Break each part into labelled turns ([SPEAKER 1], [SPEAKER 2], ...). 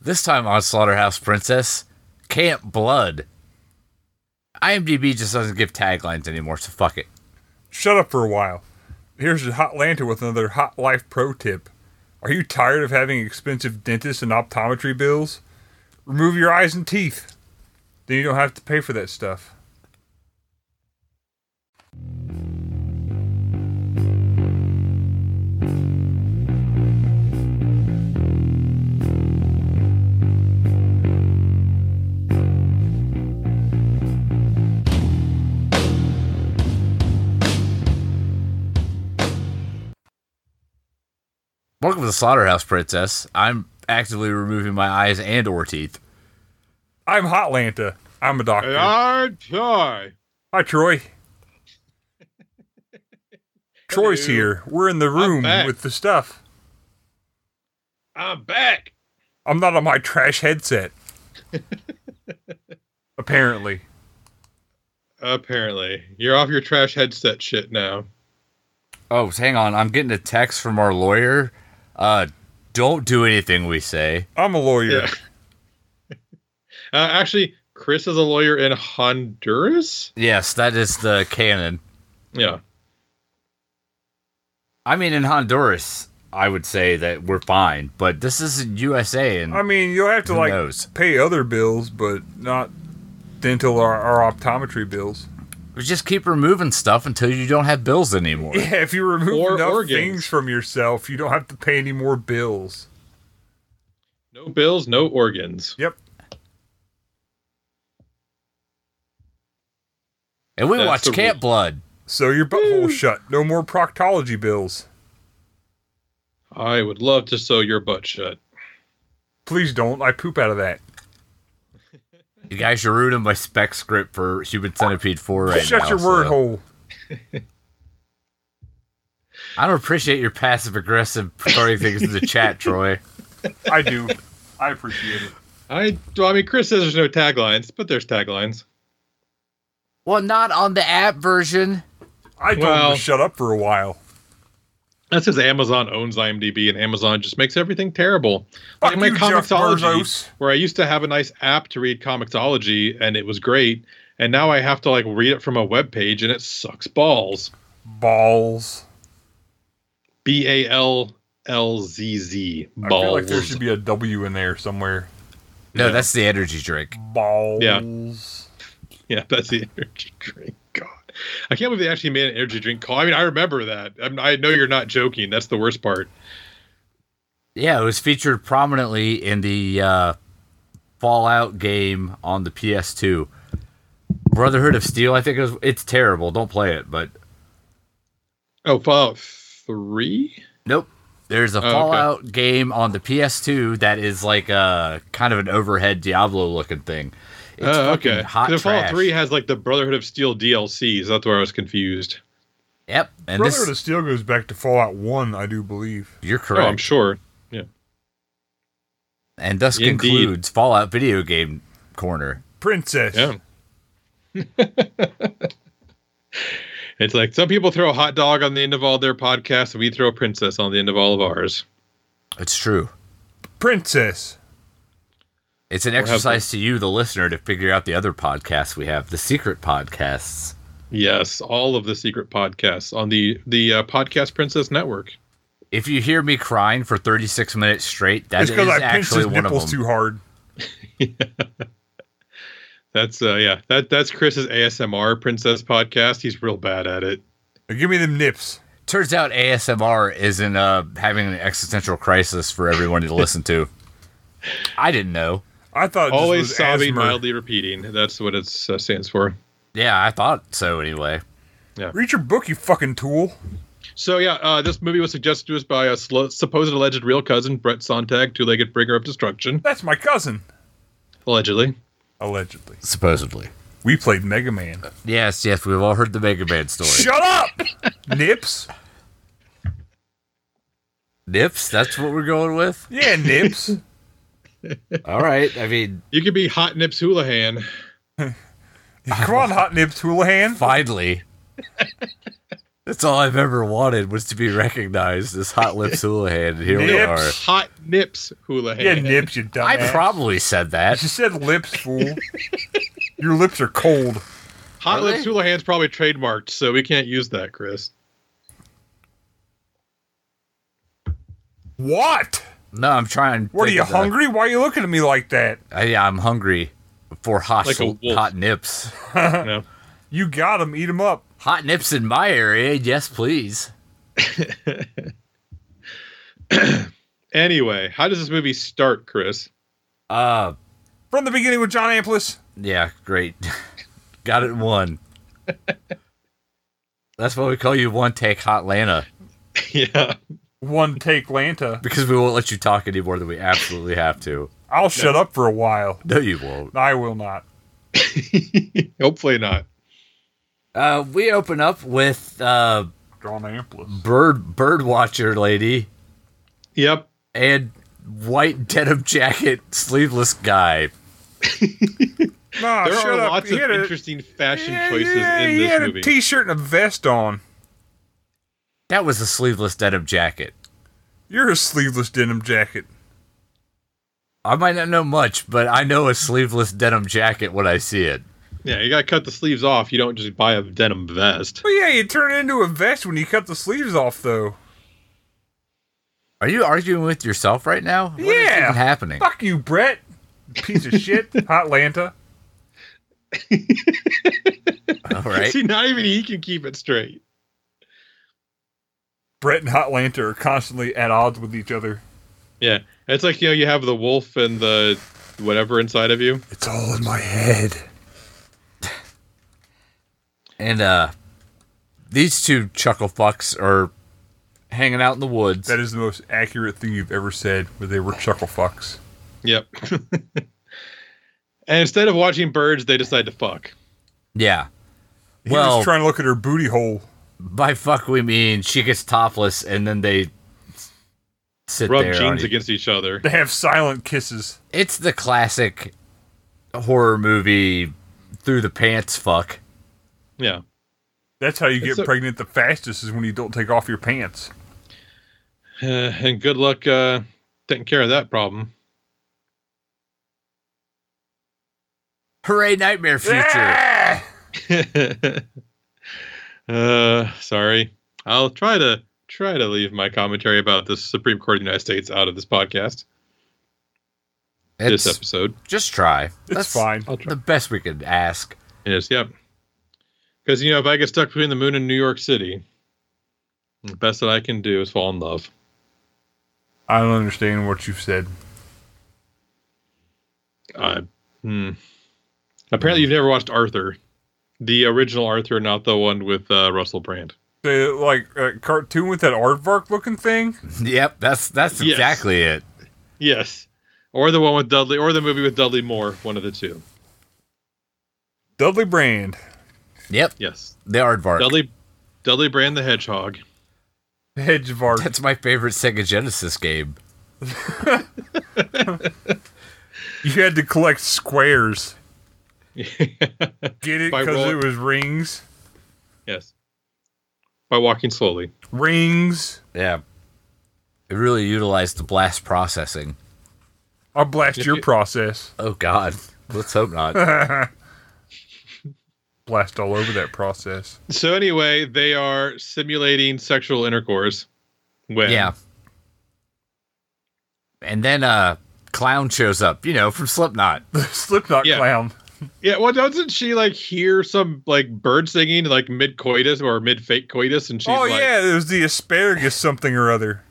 [SPEAKER 1] This time on Slaughterhouse Princess, Camp Blood. IMDb just doesn't give taglines anymore, so fuck it.
[SPEAKER 2] Shut up for a while. Here's your hot lantern with another hot life pro tip. Are you tired of having expensive dentist and optometry bills? Remove your eyes and teeth. Then you don't have to pay for that stuff.
[SPEAKER 1] Welcome to the Slaughterhouse Princess. I'm actively removing my eyes and or teeth.
[SPEAKER 2] I'm Hot Lanta. I'm a doctor.
[SPEAKER 3] And I Troy.
[SPEAKER 2] Hi, Troy. Troy's
[SPEAKER 3] Hello.
[SPEAKER 2] here. We're in the room
[SPEAKER 3] back.
[SPEAKER 2] with the stuff.
[SPEAKER 3] I'm back.
[SPEAKER 2] I'm not on my trash headset. Apparently.
[SPEAKER 3] Apparently, you're off your trash headset shit now.
[SPEAKER 1] Oh, hang on. I'm getting a text from our lawyer. Uh, don't do anything we say.
[SPEAKER 2] I'm a lawyer.
[SPEAKER 3] Yeah. Uh, actually, Chris is a lawyer in Honduras.
[SPEAKER 1] Yes, that is the canon.
[SPEAKER 3] Yeah.
[SPEAKER 1] I mean, in Honduras, I would say that we're fine, but this is in USA, and
[SPEAKER 2] I mean, you'll have to,
[SPEAKER 1] Who
[SPEAKER 2] like,
[SPEAKER 1] knows?
[SPEAKER 2] pay other bills, but not dental or, or optometry bills.
[SPEAKER 1] we just keep removing stuff until you don't have bills anymore.
[SPEAKER 2] Yeah, if you remove
[SPEAKER 3] Or
[SPEAKER 2] enough
[SPEAKER 3] organs.
[SPEAKER 2] things from yourself, you don't have to pay any more bills.
[SPEAKER 3] No bills, no organs.
[SPEAKER 2] Yep.
[SPEAKER 1] And we
[SPEAKER 3] That's
[SPEAKER 1] watch
[SPEAKER 3] the
[SPEAKER 1] Camp
[SPEAKER 3] rule.
[SPEAKER 1] Blood.
[SPEAKER 2] So your butthole shut. No more proctology bills.
[SPEAKER 3] I would love to sew your butt shut.
[SPEAKER 2] Please don't. I poop out of that.
[SPEAKER 1] You guys, you're ruining my spec script for Human Centipede 4 right
[SPEAKER 2] shut
[SPEAKER 1] now.
[SPEAKER 2] your word
[SPEAKER 1] so-
[SPEAKER 2] hole.
[SPEAKER 1] I don't appreciate your passive aggressive throwing things in the chat, Troy.
[SPEAKER 2] I do. I appreciate it.
[SPEAKER 3] I, well, I mean, Chris says there's no taglines, but there's taglines.
[SPEAKER 1] Well, not on the app version.
[SPEAKER 2] I told him
[SPEAKER 3] Well-
[SPEAKER 2] to shut up for a while.
[SPEAKER 3] That's because Amazon owns IMDb, and Amazon just makes everything terrible.
[SPEAKER 2] Fuck
[SPEAKER 3] like my
[SPEAKER 2] you, Jeff
[SPEAKER 3] Comixology,
[SPEAKER 2] Bezos.
[SPEAKER 3] where I used to have a nice app to read Comixology, and it was great. And now I have to like read it from a web page, and it sucks balls.
[SPEAKER 2] Balls.
[SPEAKER 3] B a l l z z
[SPEAKER 2] I
[SPEAKER 3] balls.
[SPEAKER 2] feel like there should be a W in there somewhere.
[SPEAKER 1] No,
[SPEAKER 3] Yeah.
[SPEAKER 1] that's the energy drink.
[SPEAKER 2] Balls.
[SPEAKER 3] Yeah. yeah, that's the energy drink. God, I can't believe they actually made an energy drink call. I mean, I remember that. I, mean, I know you're not joking. That's the worst part.
[SPEAKER 1] Yeah, it was featured prominently in the uh, Fallout game on the PS2. Brotherhood of Steel, I think it was, it's terrible. Don't play it, but
[SPEAKER 3] Oh, Fallout Three.
[SPEAKER 1] nope. There's a
[SPEAKER 3] Oh, okay.
[SPEAKER 1] Fallout game on the PS2 that is like a kind of an overhead Diablo looking thing. It's
[SPEAKER 3] Oh,
[SPEAKER 1] fucking
[SPEAKER 3] okay.
[SPEAKER 1] hot
[SPEAKER 3] The Fallout
[SPEAKER 1] trash.
[SPEAKER 3] Three has like the Brotherhood of Steel DLCs. That's where I was confused.
[SPEAKER 1] Yep, and
[SPEAKER 2] Brotherhood
[SPEAKER 1] this
[SPEAKER 2] of Steel goes back to Fallout 1, I do believe.
[SPEAKER 1] you're
[SPEAKER 3] Oh, I'm
[SPEAKER 1] correct.
[SPEAKER 3] sure.
[SPEAKER 1] and thus
[SPEAKER 3] Indeed.
[SPEAKER 1] concludes Fallout video game corner.
[SPEAKER 2] Princess.
[SPEAKER 3] Yeah. It's like some people throw hot dog on the end of all their podcasts, and we throw princess on the end of all of ours.
[SPEAKER 1] It's true.
[SPEAKER 2] Princess.
[SPEAKER 1] It's an
[SPEAKER 3] have to-
[SPEAKER 1] exercise to you, the listener, to figure out the other podcasts we have, the secret podcasts.
[SPEAKER 3] Yes, all of the secret podcasts on the the uh, podcast Princess Network.
[SPEAKER 1] If you hear me crying for 36 minutes straight, that
[SPEAKER 2] It's
[SPEAKER 1] is
[SPEAKER 2] because I pinched
[SPEAKER 1] actually
[SPEAKER 2] his
[SPEAKER 1] one of them.
[SPEAKER 2] nipples too hard.
[SPEAKER 3] That's uh yeah, that that's Chris's ASMR Princess podcast. He's real bad at it.
[SPEAKER 2] Now give me them nips.
[SPEAKER 1] Turns out ASMR isn't uh, having an existential crisis for everyone to listen to. I didn't know.
[SPEAKER 2] I thought it
[SPEAKER 3] Always
[SPEAKER 2] just was
[SPEAKER 3] sobbing,
[SPEAKER 2] asthma.
[SPEAKER 3] mildly repeating. That's what it uh, stands for.
[SPEAKER 1] Yeah, I thought so anyway.
[SPEAKER 2] Read your book, you fucking tool.
[SPEAKER 3] So yeah, uh, this movie was suggested to us by a sl- supposed alleged real cousin, Brett Sontag, two-legged bringer of destruction,
[SPEAKER 2] That's my cousin.
[SPEAKER 3] allegedly.
[SPEAKER 2] Allegedly.
[SPEAKER 1] Supposedly.
[SPEAKER 2] We played Mega Man.
[SPEAKER 1] Yes, yes, we've all heard the Mega Man story.
[SPEAKER 2] Shut up! nips?
[SPEAKER 1] Nips, that's what we're going with?
[SPEAKER 2] Yeah, nips.
[SPEAKER 1] All right. I mean,
[SPEAKER 3] You could be Hot Nips Houlihan.
[SPEAKER 2] Come on, hot nips, Houlihan.
[SPEAKER 1] finally. That's all I've ever wanted was to be recognized as Hot Lips Houlihan, and here we are.
[SPEAKER 2] Nips.
[SPEAKER 3] Hot nips hula
[SPEAKER 2] Yeah,
[SPEAKER 3] hand.
[SPEAKER 2] nips, you dumbass.
[SPEAKER 1] I probably said that.
[SPEAKER 2] She said lips, fool. Your lips are cold.
[SPEAKER 3] Hot
[SPEAKER 1] Are
[SPEAKER 3] lips
[SPEAKER 1] they?
[SPEAKER 3] hula hand's probably trademarked, so we can't use that, Chris.
[SPEAKER 2] What?
[SPEAKER 1] No, I'm trying. to
[SPEAKER 2] What are
[SPEAKER 1] think
[SPEAKER 2] you
[SPEAKER 1] of the-
[SPEAKER 2] hungry? Why are you looking at me like that?
[SPEAKER 1] I, yeah, I'm hungry for hot
[SPEAKER 3] Like a wolf.
[SPEAKER 1] hot nips.
[SPEAKER 3] You know?
[SPEAKER 2] You got him. Eat him up.
[SPEAKER 1] Hot nips in my area, yes, please.
[SPEAKER 3] Anyway, how does this movie start, Chris?
[SPEAKER 1] Uh,
[SPEAKER 2] From the beginning with John Amplis.
[SPEAKER 1] yeah, great. Got it in one. That's why we call you one take hot Lana
[SPEAKER 3] yeah.
[SPEAKER 2] One take Lanta.
[SPEAKER 1] because we won't let you talk any more than we absolutely have to.
[SPEAKER 2] I'll shut up for a while.
[SPEAKER 1] No, you won't.
[SPEAKER 2] I will not.
[SPEAKER 3] Hopefully not.
[SPEAKER 1] Uh, we open up with uh,
[SPEAKER 2] John Amplis.
[SPEAKER 1] bird bird watcher lady
[SPEAKER 3] Yep.
[SPEAKER 1] and white denim jacket sleeveless guy.
[SPEAKER 2] Nah,
[SPEAKER 3] There
[SPEAKER 2] Oh, shut
[SPEAKER 3] are
[SPEAKER 2] up.
[SPEAKER 3] lots
[SPEAKER 2] He
[SPEAKER 3] of
[SPEAKER 2] had a-
[SPEAKER 3] interesting fashion
[SPEAKER 2] Yeah,
[SPEAKER 3] choices
[SPEAKER 2] yeah,
[SPEAKER 3] in
[SPEAKER 2] he
[SPEAKER 3] this
[SPEAKER 2] had
[SPEAKER 3] movie.
[SPEAKER 2] a t-shirt and a vest on.
[SPEAKER 1] That was a sleeveless denim jacket.
[SPEAKER 2] You're a sleeveless denim jacket.
[SPEAKER 1] I might not know much, but I know a sleeveless denim jacket when I see it.
[SPEAKER 3] yeah, you got to cut the sleeves off. You don't just buy a denim vest.
[SPEAKER 2] Well, yeah, you turn it into a vest when you cut the sleeves off, though.
[SPEAKER 1] Are you arguing with yourself right now? What is
[SPEAKER 2] Yeah.
[SPEAKER 1] even happening?
[SPEAKER 2] Fuck you, Brett. Piece of shit. Hot Lanta.
[SPEAKER 1] All right.
[SPEAKER 3] See, not even he can keep it straight.
[SPEAKER 2] Brett and Hot Lanta are constantly at odds with each other.
[SPEAKER 3] Yeah. It's like, you know, you have the wolf and the whatever inside of you.
[SPEAKER 2] It's all in my head.
[SPEAKER 1] And uh these two chuckle fucks are hanging out in the woods.
[SPEAKER 2] That is the most accurate thing you've ever said, where they were chuckle fucks.
[SPEAKER 3] Yep. and instead of watching birds, they decide to fuck.
[SPEAKER 1] Yeah.
[SPEAKER 2] He
[SPEAKER 1] Well-
[SPEAKER 2] was trying to look at her booty hole.
[SPEAKER 1] By fuck we mean she gets topless and then they s- sit
[SPEAKER 3] Rub
[SPEAKER 1] there. on
[SPEAKER 3] jeans
[SPEAKER 1] each-
[SPEAKER 3] against each other.
[SPEAKER 2] They have silent kisses.
[SPEAKER 1] It's the classic horror movie through the pants fuck.
[SPEAKER 3] Yeah.
[SPEAKER 2] That's how you get
[SPEAKER 3] It's a-
[SPEAKER 2] pregnant the fastest is when you don't take off your pants.
[SPEAKER 3] Uh, and good luck uh, taking care of that problem.
[SPEAKER 1] Hooray nightmare future.
[SPEAKER 2] Ah!
[SPEAKER 3] uh, sorry. I'll try to try to leave my commentary about the Supreme Court of the United States out of this podcast.
[SPEAKER 1] It's-
[SPEAKER 3] This episode.
[SPEAKER 1] just try.
[SPEAKER 2] It's fine.
[SPEAKER 3] I'll try.
[SPEAKER 1] The best we could ask.
[SPEAKER 3] It is, yep. Because you know, if I get stuck between the moon and New York City, the best that I can do is fall in love.
[SPEAKER 2] I don't understand what you've said.
[SPEAKER 3] I hmm. Apparently, you've never watched Arthur, the original Arthur, not the one with uh, Russell Brand.
[SPEAKER 2] The like uh, cartoon with that aardvark looking thing.
[SPEAKER 1] Yep, that's that's
[SPEAKER 3] Yes.
[SPEAKER 1] exactly it.
[SPEAKER 3] Yes, or the one with Dudley, or the movie with Dudley Moore. One of the two.
[SPEAKER 2] Dudley Brand.
[SPEAKER 1] Yep,
[SPEAKER 3] Yes,
[SPEAKER 1] the aardvark.
[SPEAKER 3] Dudley, Dudley Brand the Hedgehog.
[SPEAKER 2] Hedgevark.
[SPEAKER 1] That's my favorite Sega Genesis game.
[SPEAKER 2] You had to collect squares. Get it
[SPEAKER 3] By
[SPEAKER 2] because
[SPEAKER 3] roll-
[SPEAKER 2] it was rings.
[SPEAKER 3] yes, by walking slowly.
[SPEAKER 2] Rings.
[SPEAKER 1] Yeah, it really utilized the blast processing.
[SPEAKER 2] I'll blast
[SPEAKER 3] If
[SPEAKER 2] your
[SPEAKER 3] you-
[SPEAKER 2] process.
[SPEAKER 1] Oh God, let's hope not.
[SPEAKER 2] Blast all over that process.
[SPEAKER 3] So anyway, they are simulating sexual intercourse. When
[SPEAKER 1] yeah. And then uh, clown shows up. You know, from Slipknot.
[SPEAKER 2] The Slipknot
[SPEAKER 3] Yeah.
[SPEAKER 2] clown.
[SPEAKER 3] Yeah, well, doesn't she like hear some like bird singing like mid coitus or mid fake coitus, and she's
[SPEAKER 2] oh
[SPEAKER 3] like,
[SPEAKER 2] yeah, it was the asparagus something or other.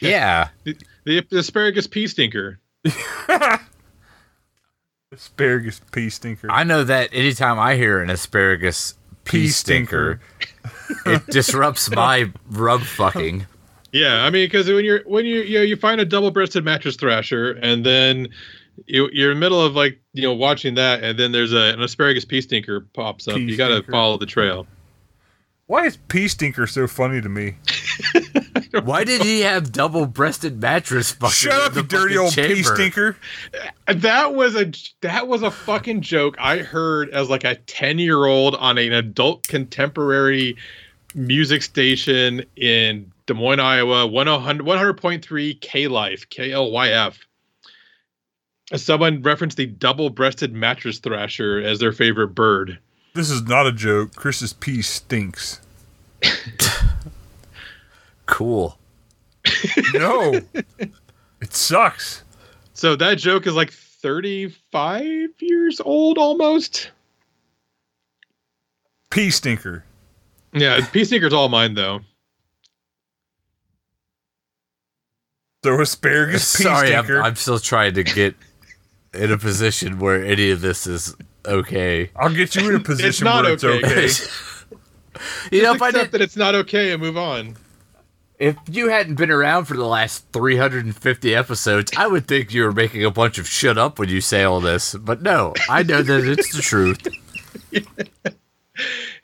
[SPEAKER 1] yeah,
[SPEAKER 3] the, the, asparagus pea stinker.
[SPEAKER 2] Asparagus pea stinker.
[SPEAKER 1] I know that anytime I hear an asparagus pea
[SPEAKER 2] Pea
[SPEAKER 1] stinker, it disrupts my rub fucking.
[SPEAKER 3] Yeah, I mean, because when you're when you you know, you find a double breasted mattress thrasher, and then you, you're in the middle of like you know watching that, and then there's a, an asparagus pea stinker pops up.
[SPEAKER 2] Pea
[SPEAKER 3] you got to
[SPEAKER 2] stinker.
[SPEAKER 3] follow the trail.
[SPEAKER 2] Why is pea stinker so funny to me?
[SPEAKER 1] Why did he have double-breasted mattress fucking?
[SPEAKER 2] Shut
[SPEAKER 1] in
[SPEAKER 2] up,
[SPEAKER 1] the
[SPEAKER 2] you dirty
[SPEAKER 1] fucking
[SPEAKER 2] old pea
[SPEAKER 1] chamber?
[SPEAKER 2] stinker.
[SPEAKER 3] That was a that was a fucking joke I heard as like a ten year old on an adult contemporary music station in Des Moines, Iowa, 100, 100.3 K Life, K L Y F. Someone referenced the double breasted mattress thrasher as their favorite bird.
[SPEAKER 2] This is not a joke. Chris's pee stinks.
[SPEAKER 1] Cool.
[SPEAKER 2] No. it sucks.
[SPEAKER 3] So that joke is like 35 years old almost.
[SPEAKER 2] Pee stinker.
[SPEAKER 3] Yeah, Pea Sneaker's all mine though.
[SPEAKER 2] So asparagus pee
[SPEAKER 1] Sorry, I'm,
[SPEAKER 2] stinker.
[SPEAKER 1] I'm still trying to get in a position where any of this is okay.
[SPEAKER 2] I'll get you in a position
[SPEAKER 3] not
[SPEAKER 2] where it's
[SPEAKER 3] okay.
[SPEAKER 2] okay.
[SPEAKER 1] you know, if I did,
[SPEAKER 3] Except that it's not okay and move on.
[SPEAKER 1] if you hadn't been around for the last 350 episodes, I would think you were making a bunch of shit up when you say all this. But no, I know that it's the truth.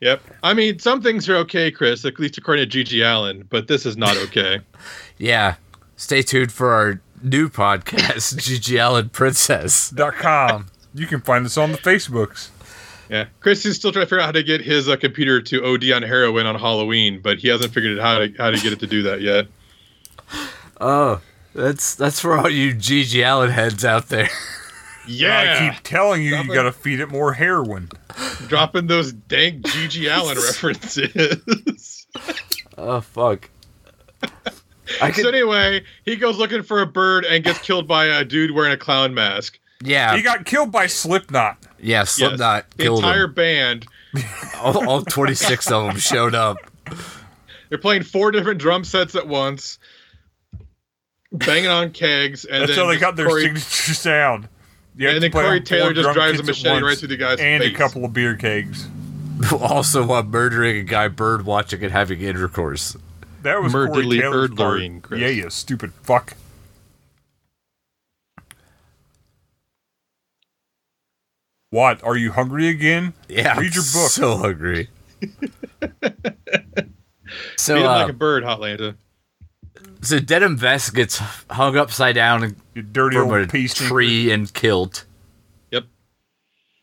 [SPEAKER 3] Yep. I mean, some things are okay, Chris, at least according to Gigi Allen, but this is not okay.
[SPEAKER 1] Yeah, stay tuned for our new podcast, GG Allen Princess.
[SPEAKER 2] Dot com. You can find us on the Facebooks.
[SPEAKER 3] yeah. Chris is still trying to figure out how to get his uh, computer to OD on heroin on Halloween, but he hasn't figured out how to how to get it to do that yet.
[SPEAKER 1] That's that's for all you GG Allen heads out there.
[SPEAKER 2] I
[SPEAKER 3] Yeah.
[SPEAKER 2] keep telling you,
[SPEAKER 3] Stop
[SPEAKER 2] you
[SPEAKER 3] it.
[SPEAKER 2] got to feed it more heroin.
[SPEAKER 3] dropping those dank Gigi Allen references.
[SPEAKER 1] Oh fuck. I
[SPEAKER 3] so
[SPEAKER 1] could,
[SPEAKER 3] anyway, he goes looking for a bird and gets killed by a dude wearing a clown mask.
[SPEAKER 1] yeah,
[SPEAKER 2] He got killed by Slipknot.
[SPEAKER 1] yeah. Slipknot
[SPEAKER 3] the
[SPEAKER 1] killed
[SPEAKER 3] entire
[SPEAKER 1] him.
[SPEAKER 3] band.
[SPEAKER 1] All, all 26 of them showed up.
[SPEAKER 3] They're playing four different drum sets at once, banging on kegs, and
[SPEAKER 2] That's
[SPEAKER 3] then
[SPEAKER 2] how they
[SPEAKER 3] just
[SPEAKER 2] got their
[SPEAKER 3] Corey-
[SPEAKER 2] signature sound. You have
[SPEAKER 3] And
[SPEAKER 2] to
[SPEAKER 3] then
[SPEAKER 2] play
[SPEAKER 3] Corey
[SPEAKER 2] on
[SPEAKER 3] Taylor
[SPEAKER 2] four
[SPEAKER 3] just
[SPEAKER 2] drum
[SPEAKER 3] drives
[SPEAKER 2] kits
[SPEAKER 3] a
[SPEAKER 2] at
[SPEAKER 3] machete
[SPEAKER 2] once
[SPEAKER 3] right through the guy's
[SPEAKER 2] and
[SPEAKER 3] face.
[SPEAKER 2] a couple of beer kegs.
[SPEAKER 1] Also, while murdering a guy, bird watching and having intercourse.
[SPEAKER 2] That was
[SPEAKER 3] Murderly
[SPEAKER 2] Corey Taylor's part.
[SPEAKER 3] birdlering, Chris.
[SPEAKER 2] Yeah, you stupid fuck. What? Are you hungry again?
[SPEAKER 1] Yeah,
[SPEAKER 2] Read your
[SPEAKER 1] I'm
[SPEAKER 2] book.
[SPEAKER 1] So hungry. so,
[SPEAKER 3] beat him
[SPEAKER 1] uh,
[SPEAKER 3] like a bird, Hotlanta.
[SPEAKER 1] so Denim Vest gets hung upside down and
[SPEAKER 2] You dirty
[SPEAKER 1] from a
[SPEAKER 2] old piece
[SPEAKER 1] tree and killed.
[SPEAKER 3] Yep.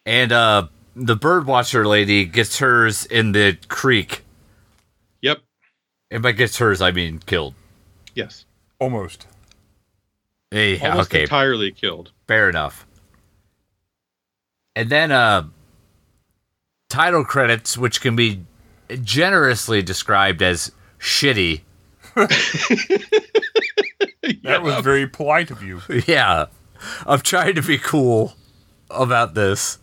[SPEAKER 1] And uh, the bird watcher lady gets hers in the creek.
[SPEAKER 3] Yep.
[SPEAKER 1] And by gets hers, I mean killed.
[SPEAKER 3] Yes.
[SPEAKER 2] Almost.
[SPEAKER 1] Eh,
[SPEAKER 3] Almost
[SPEAKER 1] okay,
[SPEAKER 3] entirely killed.
[SPEAKER 1] fair enough. And then uh, title credits, which can be generously described as shitty.
[SPEAKER 2] That was very polite of you.
[SPEAKER 1] Yeah, I'm trying to be cool about this.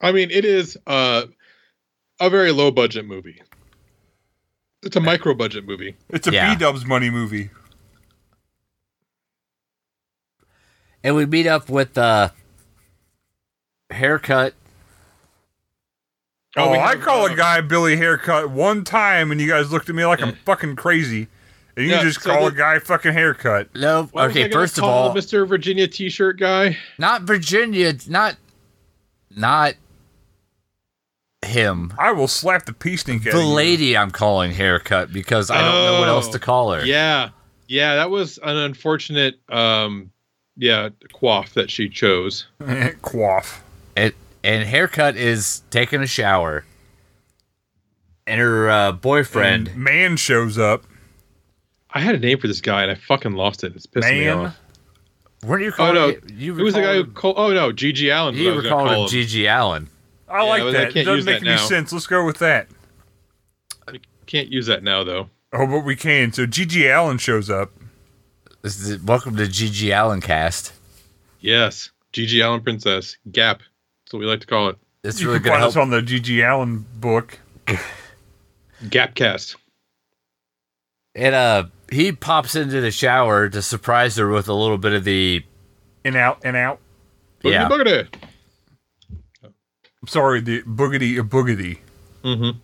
[SPEAKER 3] I mean, it is uh, a very low budget movie. It's a micro budget movie.
[SPEAKER 2] It's a
[SPEAKER 1] Yeah.
[SPEAKER 2] Dubs money movie.
[SPEAKER 1] And we meet up with uh, haircut.
[SPEAKER 3] Oh,
[SPEAKER 2] Oh,
[SPEAKER 3] we
[SPEAKER 2] I
[SPEAKER 3] have,
[SPEAKER 2] call
[SPEAKER 3] uh,
[SPEAKER 2] a guy Billy haircut one time, and you guys looked at me like I'm fucking crazy. And you
[SPEAKER 3] Yeah,
[SPEAKER 2] just
[SPEAKER 3] so
[SPEAKER 2] call a
[SPEAKER 3] the-
[SPEAKER 2] guy fucking haircut.
[SPEAKER 1] No,
[SPEAKER 3] What was I
[SPEAKER 1] okay.
[SPEAKER 3] gonna
[SPEAKER 1] First of
[SPEAKER 3] call
[SPEAKER 1] all,
[SPEAKER 3] Mr. Virginia T-shirt guy.
[SPEAKER 1] not Virginia, not not him.
[SPEAKER 2] I will slap the pee stink out
[SPEAKER 1] The
[SPEAKER 2] of you.
[SPEAKER 1] lady I'm calling haircut because I don't know what else
[SPEAKER 3] Oh,
[SPEAKER 1] to call her.
[SPEAKER 3] Yeah, yeah, that was an unfortunate, um, yeah, quaff that she chose.
[SPEAKER 2] Quaff.
[SPEAKER 1] And, and haircut is taking a shower. And her uh, boyfriend,
[SPEAKER 2] And man shows up.
[SPEAKER 3] I had a name for this guy and I fucking lost it. It's pissing me
[SPEAKER 2] Man?
[SPEAKER 3] off.
[SPEAKER 1] weren't you
[SPEAKER 3] Oh
[SPEAKER 1] calling?
[SPEAKER 3] no,
[SPEAKER 1] it- you
[SPEAKER 3] it was the guy who
[SPEAKER 1] recalled
[SPEAKER 3] called. Oh no, Gigi Allen.
[SPEAKER 1] him-
[SPEAKER 3] is what I
[SPEAKER 1] You
[SPEAKER 3] was
[SPEAKER 1] were
[SPEAKER 3] gonna
[SPEAKER 1] calling him
[SPEAKER 3] call
[SPEAKER 1] GG Allen.
[SPEAKER 2] I
[SPEAKER 3] Yeah,
[SPEAKER 2] like
[SPEAKER 3] but I
[SPEAKER 2] that. It
[SPEAKER 3] can't
[SPEAKER 2] doesn't
[SPEAKER 3] use
[SPEAKER 2] make
[SPEAKER 3] that
[SPEAKER 2] any
[SPEAKER 3] now.
[SPEAKER 2] sense. Let's go with that.
[SPEAKER 3] Can't use that now though.
[SPEAKER 2] Oh, but we can. So Gigi Allen shows up.
[SPEAKER 1] This is- welcome to GG Allen cast.
[SPEAKER 3] Yes, Gigi Allen Princess Gap. That's what we like to call it.
[SPEAKER 1] It's
[SPEAKER 2] you
[SPEAKER 1] really
[SPEAKER 2] can
[SPEAKER 1] gonna
[SPEAKER 2] find
[SPEAKER 1] help.
[SPEAKER 2] us on the Gigi Allen book.
[SPEAKER 3] Gapcast.
[SPEAKER 1] And uh, he pops into the shower to surprise her with a little bit of the
[SPEAKER 2] In out, in out.
[SPEAKER 1] yeah.
[SPEAKER 3] Boogity, boogity.
[SPEAKER 2] I'm sorry, the boogity a boogity.
[SPEAKER 3] Mhm.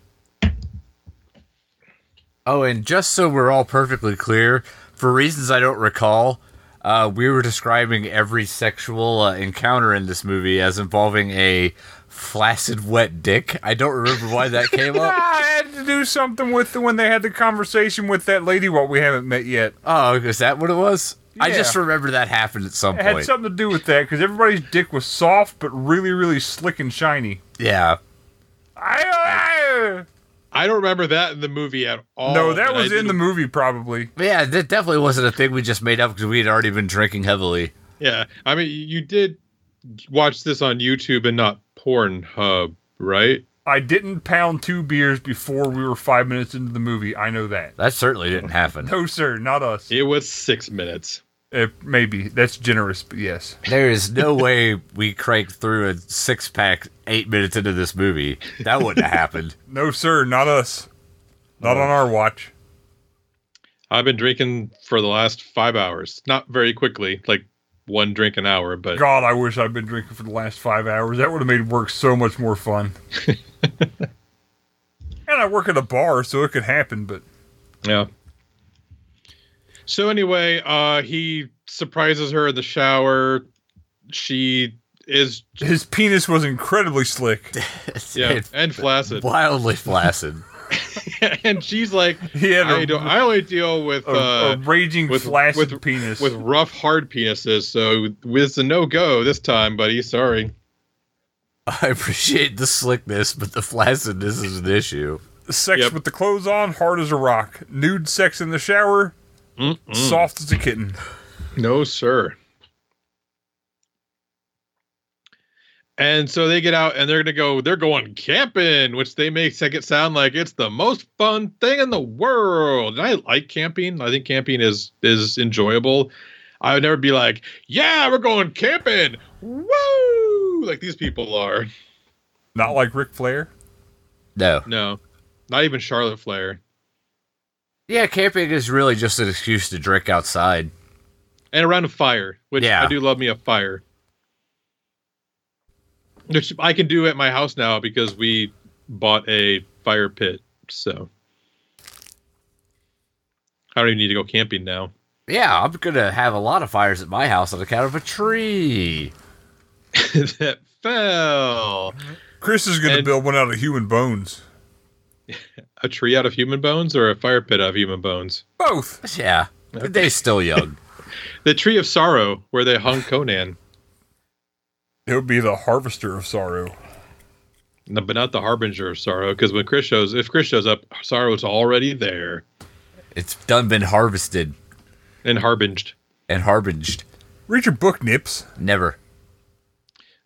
[SPEAKER 1] Oh, and just so we're all perfectly clear, for reasons I don't recall, uh, we were describing every sexual uh, encounter in this movie as involving a flaccid wet dick. I don't remember why that came up.
[SPEAKER 2] Ah, I had to do something with the, when they had the conversation with that lady. What we haven't met yet.
[SPEAKER 1] Oh, is that what it was? I just
[SPEAKER 2] Yeah.
[SPEAKER 1] remember that happened at some
[SPEAKER 2] It had
[SPEAKER 1] point.
[SPEAKER 2] something to do with that because everybody's dick was soft but really, really slick and shiny.
[SPEAKER 1] yeah.
[SPEAKER 2] I, I
[SPEAKER 3] I don't remember that in the movie at all.
[SPEAKER 2] no, that
[SPEAKER 3] Oh, and I
[SPEAKER 2] was in the
[SPEAKER 3] didn't-
[SPEAKER 2] movie probably.
[SPEAKER 1] But yeah, that definitely wasn't a thing we just made up because we had already been drinking heavily.
[SPEAKER 3] Yeah, I mean, you did watch this on YouTube and not Pornhub, right?
[SPEAKER 2] I didn't pound two beers before we were five minutes into the movie. I know that.
[SPEAKER 1] That certainly didn't happen.
[SPEAKER 2] No, sir, not us.
[SPEAKER 3] It was six minutes.
[SPEAKER 2] Eh, maybe that's generous, but yes.
[SPEAKER 1] There is no way we cranked through a six pack eight minutes into this movie. That wouldn't have happened.
[SPEAKER 2] No, sir, not us. Not on our watch.
[SPEAKER 3] I've been drinking for the last five hours. Not very quickly, like one drink an hour, but
[SPEAKER 2] God, I wish I'd been drinking for the last five hours. That would have made work so much more fun. and I work at a bar, so it could happen, but
[SPEAKER 3] yeah. So anyway, uh, he surprises her in the shower. She is
[SPEAKER 2] his penis was incredibly slick.
[SPEAKER 3] yeah and flaccid,
[SPEAKER 1] wildly flaccid.
[SPEAKER 3] and she's like,
[SPEAKER 2] He had
[SPEAKER 3] I
[SPEAKER 2] a,
[SPEAKER 3] don't. I only deal with
[SPEAKER 2] a-
[SPEAKER 3] uh,
[SPEAKER 2] a raging
[SPEAKER 3] with-
[SPEAKER 2] flaccid
[SPEAKER 3] with-
[SPEAKER 2] penis.
[SPEAKER 3] with rough, hard penises. So it's a no go this time, buddy. Sorry.
[SPEAKER 1] I appreciate the slickness, but the flaccidness is an issue.
[SPEAKER 2] sex
[SPEAKER 3] Yep.
[SPEAKER 2] with the clothes on, hard as a rock. Nude sex in the shower,
[SPEAKER 3] Mm.
[SPEAKER 2] soft as a kitten.
[SPEAKER 3] No, sir. And so they get out and they're gonna go. They're going camping, which they make it sound like it's the most fun thing in the world. And I like camping. I think camping is is enjoyable. I would never be like, "Yeah, we're going camping." Woo! Like these people are.
[SPEAKER 2] Not like Ric Flair.
[SPEAKER 1] No.
[SPEAKER 3] No, not even Charlotte Flair.
[SPEAKER 1] Yeah, camping is really just an excuse to drink outside.
[SPEAKER 3] and around a fire, which
[SPEAKER 1] Yeah.
[SPEAKER 3] I do love me a fire. Which I can do at my house now because we bought a fire pit, so I don't even need to go camping now.
[SPEAKER 1] Yeah, I'm gonna have a lot of fires at my house on account of a tree.
[SPEAKER 3] that fell.
[SPEAKER 2] Chris is going to
[SPEAKER 3] And-
[SPEAKER 2] build one out of human bones.
[SPEAKER 3] A tree out of human bones or a fire pit out of human bones?
[SPEAKER 2] Both.
[SPEAKER 1] Yeah, they still young.
[SPEAKER 3] The tree of sorrow where they hung Conan,
[SPEAKER 2] It would be the harvester of sorrow.
[SPEAKER 3] No, but not the harbinger of sorrow. Because when Chris shows, if Chris shows up, sorrow is already there
[SPEAKER 1] It's done been harvested
[SPEAKER 3] and harbinged.
[SPEAKER 1] and harbinged.
[SPEAKER 2] Read your book, Nips.
[SPEAKER 1] Never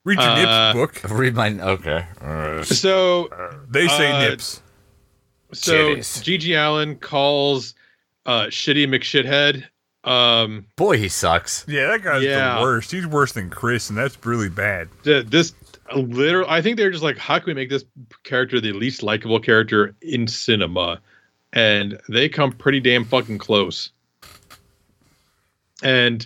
[SPEAKER 2] Read your
[SPEAKER 3] Uh,
[SPEAKER 2] Nips book.
[SPEAKER 1] read mine. Okay, Uh,
[SPEAKER 3] So
[SPEAKER 2] They say
[SPEAKER 3] uh,
[SPEAKER 2] Nips.
[SPEAKER 3] So
[SPEAKER 1] Titties.
[SPEAKER 3] Gigi Allen calls uh, Shitty McShithead. Um,
[SPEAKER 1] boy, he sucks.
[SPEAKER 2] Yeah, that guy's
[SPEAKER 3] yeah.
[SPEAKER 2] the worst. He's worse than Chris, and that's really bad.
[SPEAKER 3] th- this literal, I think they're just like, how can we make this character the least likable character in cinema? And they come pretty damn fucking close. And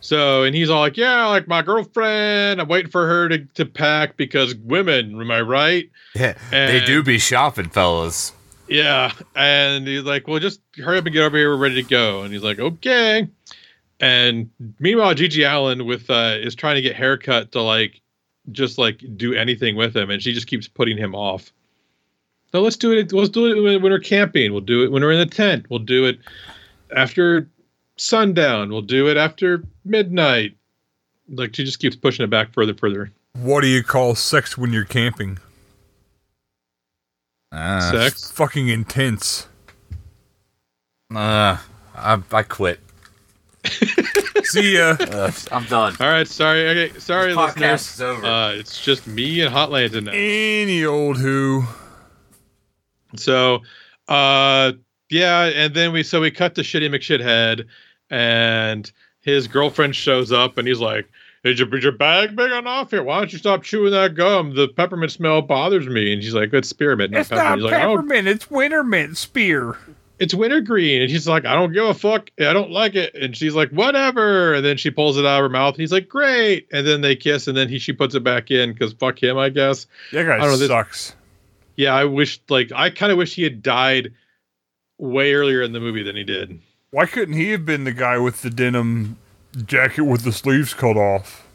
[SPEAKER 3] so, and he's all like, yeah, like my girlfriend, I'm waiting for her to, to pack because women, am I right?
[SPEAKER 1] they do be shopping, fellas.
[SPEAKER 3] Yeah. And he's like, well, just hurry up and get over here. We're ready to go. And he's like, okay. And meanwhile, Gigi Allen with uh, is trying to get haircut to like just like do anything with him, and she just keeps putting him off. No, let's do it. Let's do it when when we're camping. We'll do it when we're in the tent. We'll do it after sundown. We'll do it after midnight. Like she just keeps pushing it back further, further.
[SPEAKER 2] What do you call sex when you're camping?
[SPEAKER 1] Uh,
[SPEAKER 3] Sex.
[SPEAKER 2] Fucking intense.
[SPEAKER 1] uh, I, I quit.
[SPEAKER 2] See ya.
[SPEAKER 1] Uh, I'm done.
[SPEAKER 3] All right. Sorry. Okay. Sorry,
[SPEAKER 1] Podcast
[SPEAKER 3] listeners.
[SPEAKER 1] is over.
[SPEAKER 3] Uh, it's just me and Hot Lanta now.
[SPEAKER 2] Any old who.
[SPEAKER 3] So, uh, yeah, and then we so we cut to Shitty McShithead, and his girlfriend shows up, and he's like, "Is your, is your bag big enough here? Why don't you stop chewing that gum? The peppermint smell bothers me." And she's like, "It's spearmint, not peppermint." he's like, "Oh,
[SPEAKER 2] it's wintermint spear.
[SPEAKER 3] it's wintergreen." And she's like, "I don't give a fuck. I don't like it." And she's like, "Whatever." And then she pulls it out of her mouth, and he's like, "Great." And then they kiss, and then he she puts it back in because fuck him, I guess.
[SPEAKER 2] That guy
[SPEAKER 3] I don't know, this-
[SPEAKER 2] sucks.
[SPEAKER 3] Yeah, I wish like I kind of wish he had died way earlier in the movie than he did.
[SPEAKER 2] Why couldn't he have been the guy with the denim jacket with the sleeves cut off?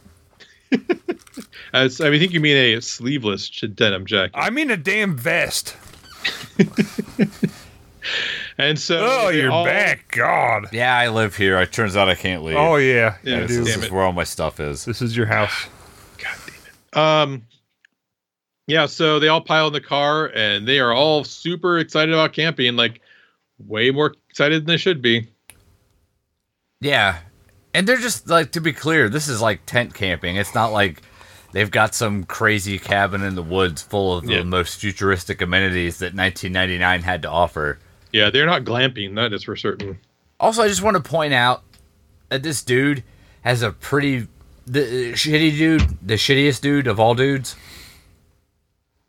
[SPEAKER 3] As, I mean, I think you mean a sleeveless ch- denim jacket.
[SPEAKER 2] I mean, a damn vest.
[SPEAKER 3] And so,
[SPEAKER 2] Oh,
[SPEAKER 3] they
[SPEAKER 2] you're
[SPEAKER 3] all-
[SPEAKER 2] back. God.
[SPEAKER 1] Yeah, I live here. It turns out I can't leave.
[SPEAKER 2] Oh, yeah.
[SPEAKER 3] Yeah,
[SPEAKER 2] you
[SPEAKER 1] this,
[SPEAKER 2] do.
[SPEAKER 1] is-
[SPEAKER 3] damn
[SPEAKER 1] this is
[SPEAKER 3] it.
[SPEAKER 1] where all my stuff is.
[SPEAKER 2] This is your house.
[SPEAKER 3] Um, yeah, so they all pile in the car and they are all super excited about camping, like way more excited than they should be.
[SPEAKER 1] Yeah. And they're just like to be clear, this is like tent camping. It's not like they've got some crazy cabin in the woods full of
[SPEAKER 3] Yeah.
[SPEAKER 1] the most futuristic amenities that 1999 had to offer.
[SPEAKER 3] Yeah, they're not glamping, that is for certain.
[SPEAKER 1] Also, I just want to point out that this dude has a pretty the uh, shitty dude, the shittiest dude of all dudes.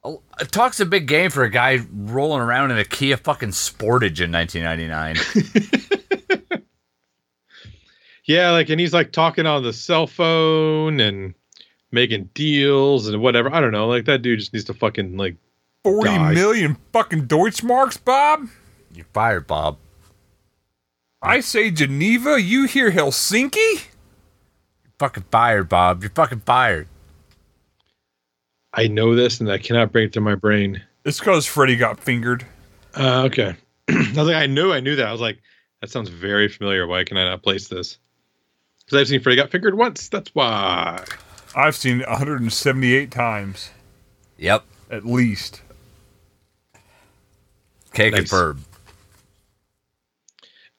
[SPEAKER 1] Oh, it Talks a big game for a guy rolling around in a Kia fucking Sportage in 1999.
[SPEAKER 3] Yeah, like, and he's like talking on the cell phone and making deals and whatever. I don't know. Like, that dude just needs to fucking, like,
[SPEAKER 2] Forty million
[SPEAKER 3] Die.
[SPEAKER 2] fucking Deutschmarks, Bob.
[SPEAKER 1] You're fired, Bob.
[SPEAKER 2] I say Geneva. You hear Helsinki?
[SPEAKER 1] You're fucking fired, Bob. You're fucking fired.
[SPEAKER 3] I know this and I cannot bring it to my brain.
[SPEAKER 2] It's because Freddy got fingered.
[SPEAKER 3] Uh, okay. I was like, I knew I knew that. I was like, that sounds very familiar. Why can I not place this? Because I've seen Freddy got fingered once. That's why.
[SPEAKER 2] I've seen it 178 times
[SPEAKER 1] Yep.
[SPEAKER 2] at least.
[SPEAKER 1] Okay,
[SPEAKER 3] Nice.
[SPEAKER 1] confirmed.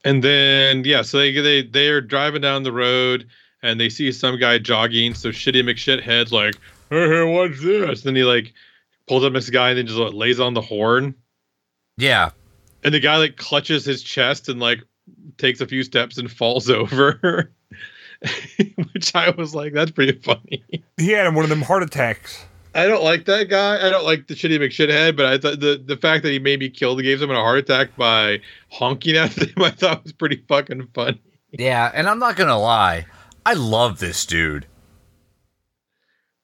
[SPEAKER 3] And then yeah, so they they they are driving down the road and they see some guy jogging. So shitty McShithead's like, hey, hey, what's this? Then he like pulls up this guy and then just like, lays on the horn.
[SPEAKER 1] Yeah.
[SPEAKER 3] And the guy like clutches his chest and like takes a few steps and falls over. Which I was like, that's pretty funny.
[SPEAKER 2] He had one of them heart attacks.
[SPEAKER 3] I don't like that guy. I don't like the shitty McShithead, but I thought the, the fact that he maybe killed gave someone a heart attack by honking at them, I thought was pretty fucking funny.
[SPEAKER 1] Yeah, and I'm not gonna lie, I love this dude.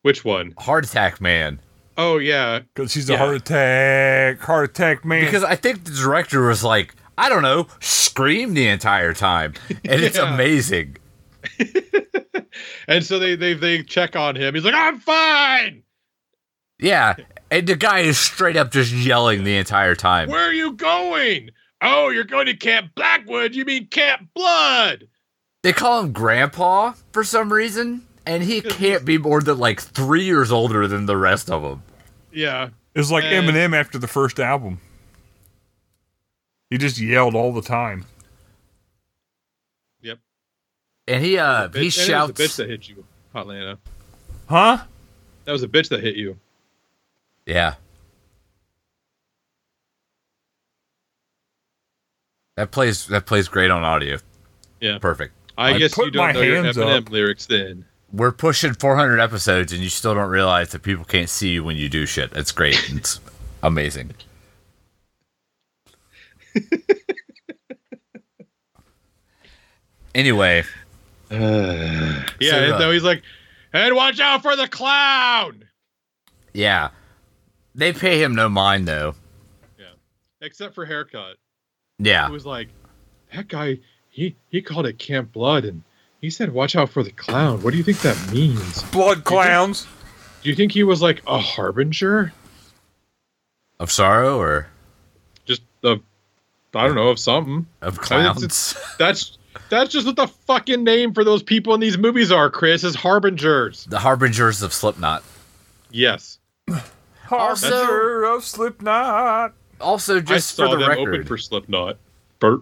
[SPEAKER 3] Which one?
[SPEAKER 1] Heart Attack Man.
[SPEAKER 3] Oh yeah,
[SPEAKER 2] Because he's a
[SPEAKER 3] Yeah.
[SPEAKER 2] heart attack, heart attack man.
[SPEAKER 1] Because I think the director was like, I don't know, scream the entire time. And it's
[SPEAKER 3] Yeah.
[SPEAKER 1] amazing.
[SPEAKER 3] and so they they they check on him. He's like, I'm fine.
[SPEAKER 1] Yeah. And the guy is straight up just yelling the entire time.
[SPEAKER 3] Where are you going? Oh, you're going to Camp Blackwood. You mean Camp Blood?
[SPEAKER 1] They call him Grandpa for some reason, and he can't be more than like three years older than the rest of them.
[SPEAKER 3] Yeah,
[SPEAKER 2] it's like
[SPEAKER 3] And-
[SPEAKER 2] Eminem after the first album. He just yelled all the time.
[SPEAKER 1] And he uh
[SPEAKER 3] Bitch- and
[SPEAKER 1] he
[SPEAKER 3] it was the bitch
[SPEAKER 1] shouts
[SPEAKER 3] that hit you, Hotlanta.
[SPEAKER 2] Huh?
[SPEAKER 3] That was a bitch that hit you.
[SPEAKER 1] Yeah. That plays that plays great on audio.
[SPEAKER 3] Yeah.
[SPEAKER 1] Perfect.
[SPEAKER 3] I,
[SPEAKER 2] I
[SPEAKER 3] guess
[SPEAKER 2] put
[SPEAKER 3] you don't
[SPEAKER 2] my
[SPEAKER 3] know your
[SPEAKER 2] hands
[SPEAKER 3] Eminem
[SPEAKER 2] up.
[SPEAKER 3] lyrics then.
[SPEAKER 1] We're pushing 400 episodes, and you still don't realize that people can't see you when you do shit. That's great. It's amazing. anyway,
[SPEAKER 3] Yeah,
[SPEAKER 1] So,
[SPEAKER 3] and
[SPEAKER 1] uh,
[SPEAKER 3] so he's like, and watch out for the clown.
[SPEAKER 1] yeah, they pay him no mind though.
[SPEAKER 3] Except for haircut, it
[SPEAKER 1] Yeah,
[SPEAKER 3] was like, that guy, he he called it Camp Blood, and he said, watch out for the clown. What do you think that means?
[SPEAKER 2] Blood clowns.
[SPEAKER 3] Do you think he was like a harbinger?
[SPEAKER 1] of sorrow or
[SPEAKER 3] Just the, I don't know, of something.
[SPEAKER 1] of
[SPEAKER 3] I
[SPEAKER 1] clowns.
[SPEAKER 3] mean, it's- That's that's just what the fucking name for those people in these movies are, Chris, is harbingers.
[SPEAKER 1] the harbingers of Slipknot.
[SPEAKER 3] Yes.
[SPEAKER 2] Harbinger of Slipknot.
[SPEAKER 1] Also,
[SPEAKER 3] I
[SPEAKER 1] just
[SPEAKER 3] saw
[SPEAKER 1] for the
[SPEAKER 3] them
[SPEAKER 1] record,
[SPEAKER 3] open for Slipknot. Bert.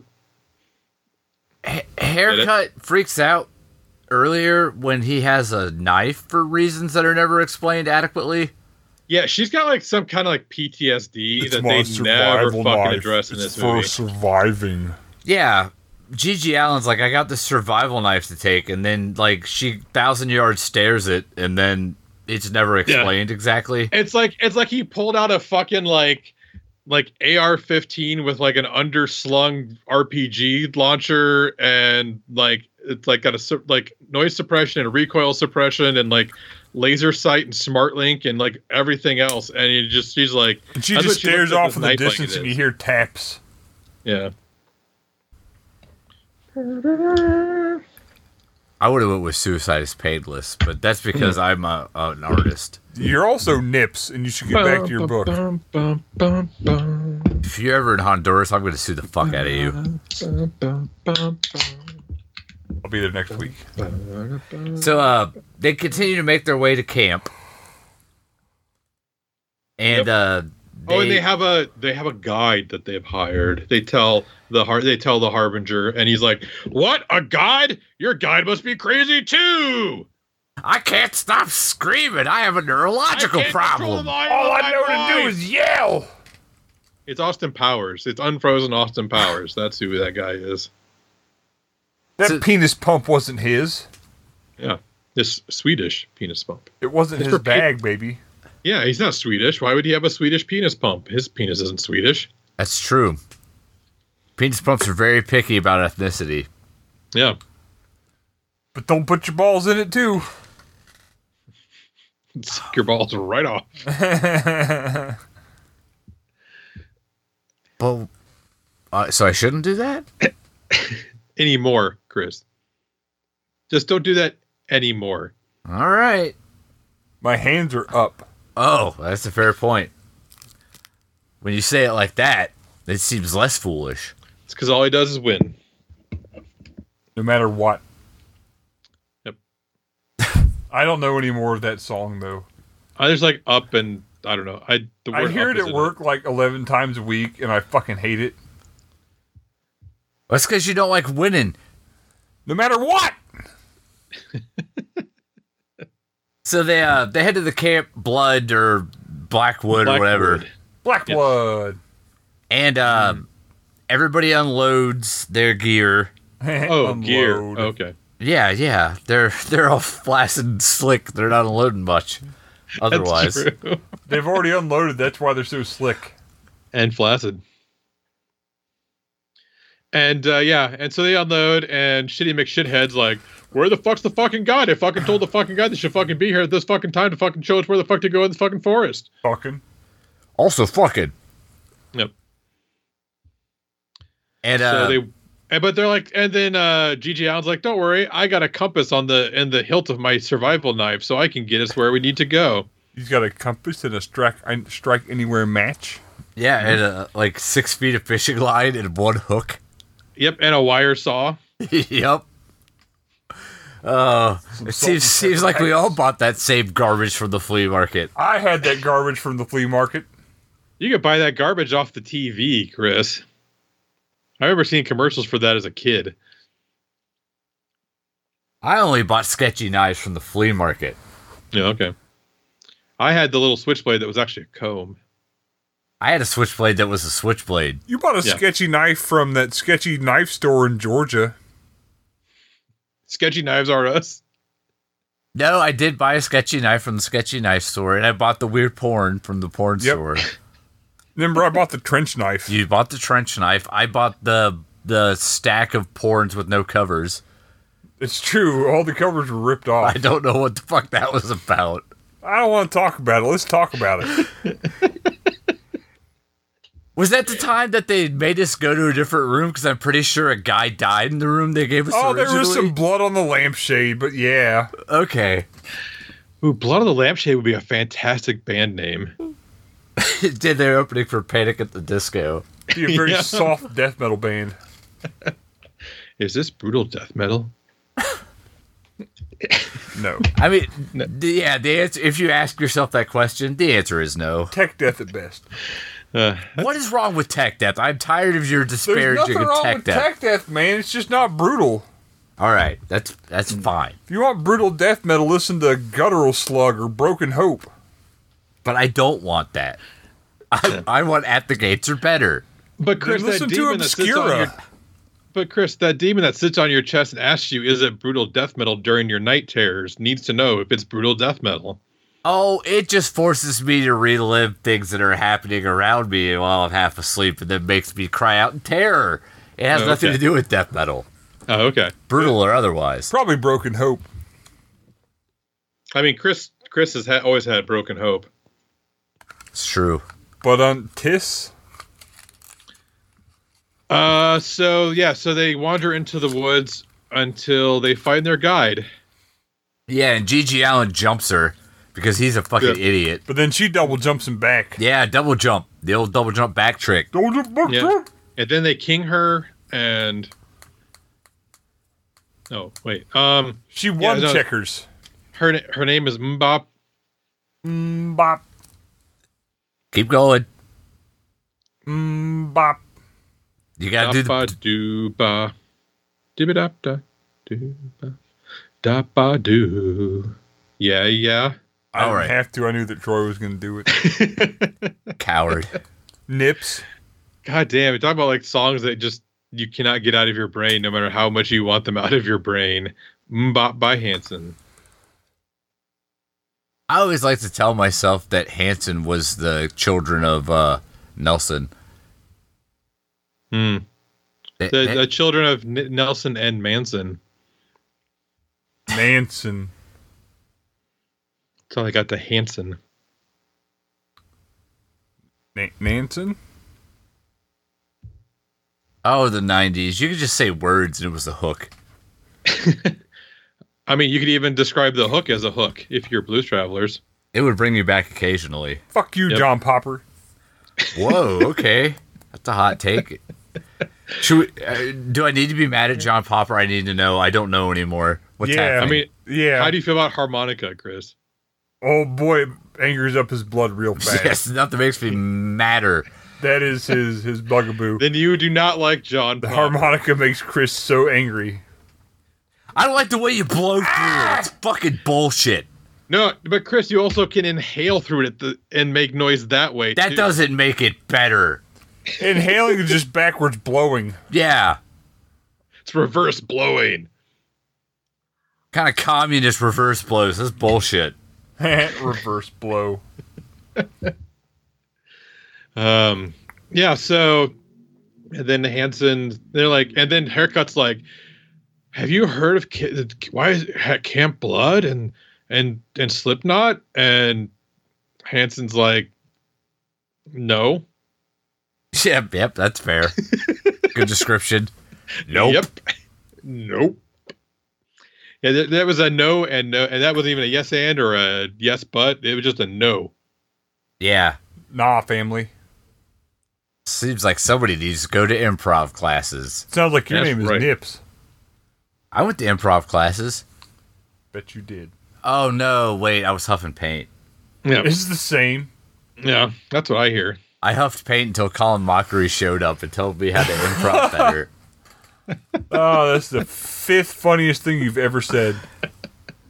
[SPEAKER 1] Ha- haircut freaks out earlier when he has a knife for reasons that are never explained adequately.
[SPEAKER 3] Yeah, she's got like some kind of like PTSD
[SPEAKER 2] It's
[SPEAKER 3] that
[SPEAKER 2] my
[SPEAKER 3] they never
[SPEAKER 2] survival
[SPEAKER 3] fucking
[SPEAKER 2] knife.
[SPEAKER 3] address in
[SPEAKER 2] It's
[SPEAKER 3] this
[SPEAKER 2] for
[SPEAKER 3] movie.
[SPEAKER 2] surviving.
[SPEAKER 1] Yeah, Gigi Allen's like, I got this survival knife to take, and then like she thousand yard stares it, and then it's never explained exactly.
[SPEAKER 3] It's like it's like he pulled out a fucking like like AR-15 with like an underslung RPG launcher and like it's like got a su- like noise suppression and recoil suppression and like laser sight and smart link and like everything else and he just he's like
[SPEAKER 2] And she
[SPEAKER 3] That's
[SPEAKER 2] just
[SPEAKER 3] what she
[SPEAKER 2] stares
[SPEAKER 3] looks at
[SPEAKER 2] off
[SPEAKER 3] this
[SPEAKER 2] in the
[SPEAKER 3] knife like
[SPEAKER 2] distance
[SPEAKER 3] it
[SPEAKER 2] and you
[SPEAKER 3] is.
[SPEAKER 2] hear taps.
[SPEAKER 3] yeah
[SPEAKER 1] I would have went with Suicide is Painless, but that's because
[SPEAKER 3] Hmm.
[SPEAKER 1] I'm a, an artist.
[SPEAKER 2] You're also nips and you should get back to your book.
[SPEAKER 3] Bum, bum, bum, bum, bum,
[SPEAKER 1] If you're ever in Honduras, I'm going to sue the
[SPEAKER 3] Hmm.
[SPEAKER 1] fuck out of you.
[SPEAKER 3] bum, bum, bum,
[SPEAKER 2] I'll be there next week.
[SPEAKER 3] bum, bum.
[SPEAKER 1] So uh, they continue to make their way to camp. And uh, they,
[SPEAKER 3] oh, and they have a they have a guide that they've hired. They tell the har they tell the harbinger, and he's like, "What a guide! Your guide must be crazy too."
[SPEAKER 1] I can't stop screaming. I have a neurological
[SPEAKER 3] can't control
[SPEAKER 1] problem.
[SPEAKER 3] the volume
[SPEAKER 2] All
[SPEAKER 3] of
[SPEAKER 2] I
[SPEAKER 3] my
[SPEAKER 2] know to do
[SPEAKER 3] voice."
[SPEAKER 2] is yell.
[SPEAKER 3] It's Austin Powers. It's unfrozen Austin Powers. That's who that guy is.
[SPEAKER 2] That
[SPEAKER 1] So-
[SPEAKER 2] penis pump wasn't his.
[SPEAKER 3] Yeah, this Swedish penis pump.
[SPEAKER 2] It wasn't
[SPEAKER 3] It's
[SPEAKER 2] his
[SPEAKER 3] for pe-
[SPEAKER 2] bag, baby.
[SPEAKER 3] Yeah, he's not Swedish. Why would he have a Swedish penis pump? His penis isn't Swedish.
[SPEAKER 1] That's true. Penis pumps are very picky about ethnicity.
[SPEAKER 3] Yeah,
[SPEAKER 2] But don't put your balls in it too.
[SPEAKER 3] suck your balls right off.
[SPEAKER 1] But uh, so I shouldn't do that.
[SPEAKER 3] anymore, Chris. Just don't do that anymore.
[SPEAKER 1] All right.
[SPEAKER 2] My hands are up.
[SPEAKER 1] Oh, that's a fair point. When you say it like that, it seems less foolish.
[SPEAKER 3] It's because all he does is win.
[SPEAKER 2] no matter what.
[SPEAKER 3] Yep.
[SPEAKER 2] I don't know any more of that song though.
[SPEAKER 3] I just like up and I don't know. I the
[SPEAKER 2] I
[SPEAKER 3] word
[SPEAKER 2] hear
[SPEAKER 3] up
[SPEAKER 2] it
[SPEAKER 3] is
[SPEAKER 2] at
[SPEAKER 3] in
[SPEAKER 2] work like eleven times a week, and I fucking hate it.
[SPEAKER 1] That's because you don't like winning.
[SPEAKER 2] No matter what.
[SPEAKER 1] So they uh, they head to the camp Blood or Blackwood, or whatever,
[SPEAKER 3] Blackwood.
[SPEAKER 2] Black
[SPEAKER 3] Yes.
[SPEAKER 2] blood.
[SPEAKER 1] and um,
[SPEAKER 3] Hmm.
[SPEAKER 1] everybody unloads their gear.
[SPEAKER 3] Oh, gear.
[SPEAKER 2] Unload.
[SPEAKER 3] Okay.
[SPEAKER 1] Yeah, yeah, they're they're all flaccid and slick. They're not unloading much.
[SPEAKER 3] That's
[SPEAKER 1] Otherwise,
[SPEAKER 3] true.
[SPEAKER 2] They've already unloaded. That's why they're so slick.
[SPEAKER 3] and flaccid. And uh, yeah, and so they unload, and Shitty McShithead's like, "Where the fuck's the fucking guide? I fucking told the fucking guy they should fucking be here at this fucking time to fucking show us where the fuck to go in the fucking forest."
[SPEAKER 2] Fucking.
[SPEAKER 1] also fucking.
[SPEAKER 3] Yep.
[SPEAKER 1] And uh,
[SPEAKER 3] So they, and- but they're like, and then uh, GG Allen's like, "Don't worry, I got a compass on the in the hilt of my survival knife, so I can get us where we need to go."
[SPEAKER 2] He's got a compass and a strike strike anywhere match.
[SPEAKER 3] Hmm.
[SPEAKER 1] yeah, and uh, like six feet of fishing line and one hook.
[SPEAKER 3] Yep, and a wire saw.
[SPEAKER 1] yep. Oh, it
[SPEAKER 2] salt and
[SPEAKER 1] seems seems like we all bought that same garbage from the flea market.
[SPEAKER 2] I had that garbage from the flea market.
[SPEAKER 3] You could buy that garbage off the TV, Chris. I remember seeing commercials for that as a kid.
[SPEAKER 1] I only bought sketchy knives from the flea market.
[SPEAKER 3] Yeah, okay. I had the little switchblade that was actually a comb.
[SPEAKER 1] I had a switchblade that was a switchblade.
[SPEAKER 2] You bought a
[SPEAKER 3] Yeah.
[SPEAKER 2] sketchy knife from that sketchy knife store in Georgia.
[SPEAKER 3] Sketchy knives are us.
[SPEAKER 1] No, I did buy a sketchy knife from the sketchy knife store, and I bought the weird porn from the porn
[SPEAKER 2] Yep.
[SPEAKER 1] store.
[SPEAKER 2] Remember, I bought the trench knife.
[SPEAKER 1] You bought the trench knife. I bought the the stack of porns with no covers.
[SPEAKER 2] It's true. All the covers were ripped off.
[SPEAKER 1] I don't know what the fuck that was about.
[SPEAKER 2] I don't want to talk about it. Let's talk about it.
[SPEAKER 1] Was that the time that they made us go to a different room? Because I'm pretty sure a guy died in the room they gave us
[SPEAKER 2] oh,
[SPEAKER 1] originally.
[SPEAKER 2] there was some blood on the lampshade, but yeah.
[SPEAKER 1] Okay.
[SPEAKER 3] Ooh, Blood on the Lampshade would be a fantastic band name.
[SPEAKER 1] did their opening for Panic at the Disco.
[SPEAKER 2] Be a very
[SPEAKER 3] Yeah.
[SPEAKER 2] soft death metal band.
[SPEAKER 3] Is this brutal death metal?
[SPEAKER 2] No.
[SPEAKER 1] I mean, the- yeah, the answer, if you ask yourself that question, the answer is no.
[SPEAKER 2] Tech death at best.
[SPEAKER 3] Uh,
[SPEAKER 1] What is wrong with tech death? I'm tired of your
[SPEAKER 2] There's
[SPEAKER 1] disparaging
[SPEAKER 2] nothing
[SPEAKER 1] of
[SPEAKER 2] wrong
[SPEAKER 1] tech
[SPEAKER 2] with
[SPEAKER 1] death.
[SPEAKER 2] tech death, man. It's just not brutal.
[SPEAKER 1] All right, that's that's
[SPEAKER 3] Mm.
[SPEAKER 1] fine.
[SPEAKER 2] If you want brutal death metal, listen to Guttural Slug or Broken Hope.
[SPEAKER 1] But I don't want that. I, I want at the gates are better.
[SPEAKER 3] But Chris,
[SPEAKER 2] Then
[SPEAKER 3] that
[SPEAKER 2] listen to
[SPEAKER 3] demon that sits on your,
[SPEAKER 2] Obscura.
[SPEAKER 3] but Chris, that demon that sits on your chest and asks you, "Is it brutal death metal?" during your night terrors, needs to know if it's brutal death metal.
[SPEAKER 1] Oh, it just forces me to relive things that are happening around me while I'm half asleep, and then makes me cry out in terror. It has
[SPEAKER 3] Oh,
[SPEAKER 1] nothing
[SPEAKER 3] okay.
[SPEAKER 1] to do with death metal,
[SPEAKER 3] Oh, okay.
[SPEAKER 1] brutal or otherwise.
[SPEAKER 2] Probably Broken Hope.
[SPEAKER 3] I mean, Chris, Chris has ha- always had broken hope.
[SPEAKER 1] It's true.
[SPEAKER 2] But um, on Tiss,
[SPEAKER 3] Uh, so yeah, so they wander into the woods until they find their guide.
[SPEAKER 1] Yeah, and Gigi Allen jumps her because he's a fucking
[SPEAKER 3] Yeah.
[SPEAKER 1] idiot.
[SPEAKER 2] but then she double jumps him back.
[SPEAKER 1] Yeah, double jump, the old double jump back trick.
[SPEAKER 2] Double jump back
[SPEAKER 3] Yeah.
[SPEAKER 2] jump.
[SPEAKER 3] and then they king her and. Oh wait, um,
[SPEAKER 2] She won
[SPEAKER 3] no.
[SPEAKER 2] checkers.
[SPEAKER 3] her her name is Mbop,
[SPEAKER 2] Mm, bop.
[SPEAKER 1] Keep going.
[SPEAKER 2] Mm, bop.
[SPEAKER 1] You gotta do
[SPEAKER 3] ba
[SPEAKER 1] the
[SPEAKER 3] do ba. Dibba da da do ba. Da ba do. Yeah, yeah.
[SPEAKER 2] I didn't
[SPEAKER 1] All right.
[SPEAKER 2] have to. I knew that Troy was going to do it.
[SPEAKER 1] coward.
[SPEAKER 2] Nips.
[SPEAKER 3] God damn it. Talk about like songs that just you cannot get out of your brain no matter how much you want them out of your brain. Mbop by Hanson.
[SPEAKER 1] I always like to tell myself that Hanson was the children of uh, Nelson.
[SPEAKER 3] Hmm.
[SPEAKER 1] Eh,
[SPEAKER 3] The,
[SPEAKER 1] eh,
[SPEAKER 3] the children of N- Nelson and Manson.
[SPEAKER 2] Manson.
[SPEAKER 3] That's how they got to Hanson.
[SPEAKER 2] Na- Nansen?
[SPEAKER 1] oh, the '90s. You could just say words, and it was the hook.
[SPEAKER 3] I mean, you could even describe the hook as a hook if you're blues travelers.
[SPEAKER 1] It would bring me back occasionally.
[SPEAKER 2] Fuck you,
[SPEAKER 3] Yep.
[SPEAKER 2] John Popper.
[SPEAKER 1] Whoa, okay, that's a hot take. Should we, uh, do I need to be mad at John Popper? I need to know. I don't know anymore. What's
[SPEAKER 2] Yeah.
[SPEAKER 1] happening?
[SPEAKER 3] I mean,
[SPEAKER 2] Yeah.
[SPEAKER 3] how do you feel about harmonica, Chris?
[SPEAKER 2] oh boy, it angers up his blood real fast.
[SPEAKER 1] yes, nothing makes me madder.
[SPEAKER 2] That is his his bugaboo.
[SPEAKER 3] Then you do not like John.
[SPEAKER 2] The
[SPEAKER 3] Popper.
[SPEAKER 2] harmonica makes Chris so angry.
[SPEAKER 1] I don't like the way you blow through it.
[SPEAKER 3] Ah!
[SPEAKER 1] It's fucking bullshit.
[SPEAKER 3] No, but Chris, you also can inhale through it at the, and make noise that way.
[SPEAKER 1] That
[SPEAKER 3] too.
[SPEAKER 1] doesn't make it better.
[SPEAKER 2] Inhaling is just backwards blowing.
[SPEAKER 1] Yeah,
[SPEAKER 3] It's reverse blowing.
[SPEAKER 1] kind of communist reverse blows. That's bullshit.
[SPEAKER 2] Reverse blow.
[SPEAKER 3] Um, yeah. So, and then Hanson, they're like, and then haircuts like, have you heard of Ca- why is it Camp Blood and and and Slipknot? And Hanson's like, no.
[SPEAKER 1] Yep, yep, that's fair. Good description. Nope.
[SPEAKER 3] Yep. nope. Yeah, that, that was a no and no, and that wasn't even a yes and or a yes but. It was just a no.
[SPEAKER 1] Yeah.
[SPEAKER 2] Nah, family.
[SPEAKER 1] Seems like somebody needs to go to improv classes.
[SPEAKER 2] Sounds like your
[SPEAKER 3] That's
[SPEAKER 2] name is
[SPEAKER 3] right.
[SPEAKER 2] Nips.
[SPEAKER 1] I went to improv classes.
[SPEAKER 2] Bet you did.
[SPEAKER 1] Oh no, wait, I was huffing paint.
[SPEAKER 3] Yeah,
[SPEAKER 2] It's the same.
[SPEAKER 3] yeah, that's what I hear.
[SPEAKER 1] I huffed paint until Colin Mockery showed up and told me how to improv better.
[SPEAKER 2] Oh, that's the fifth funniest thing you've ever said.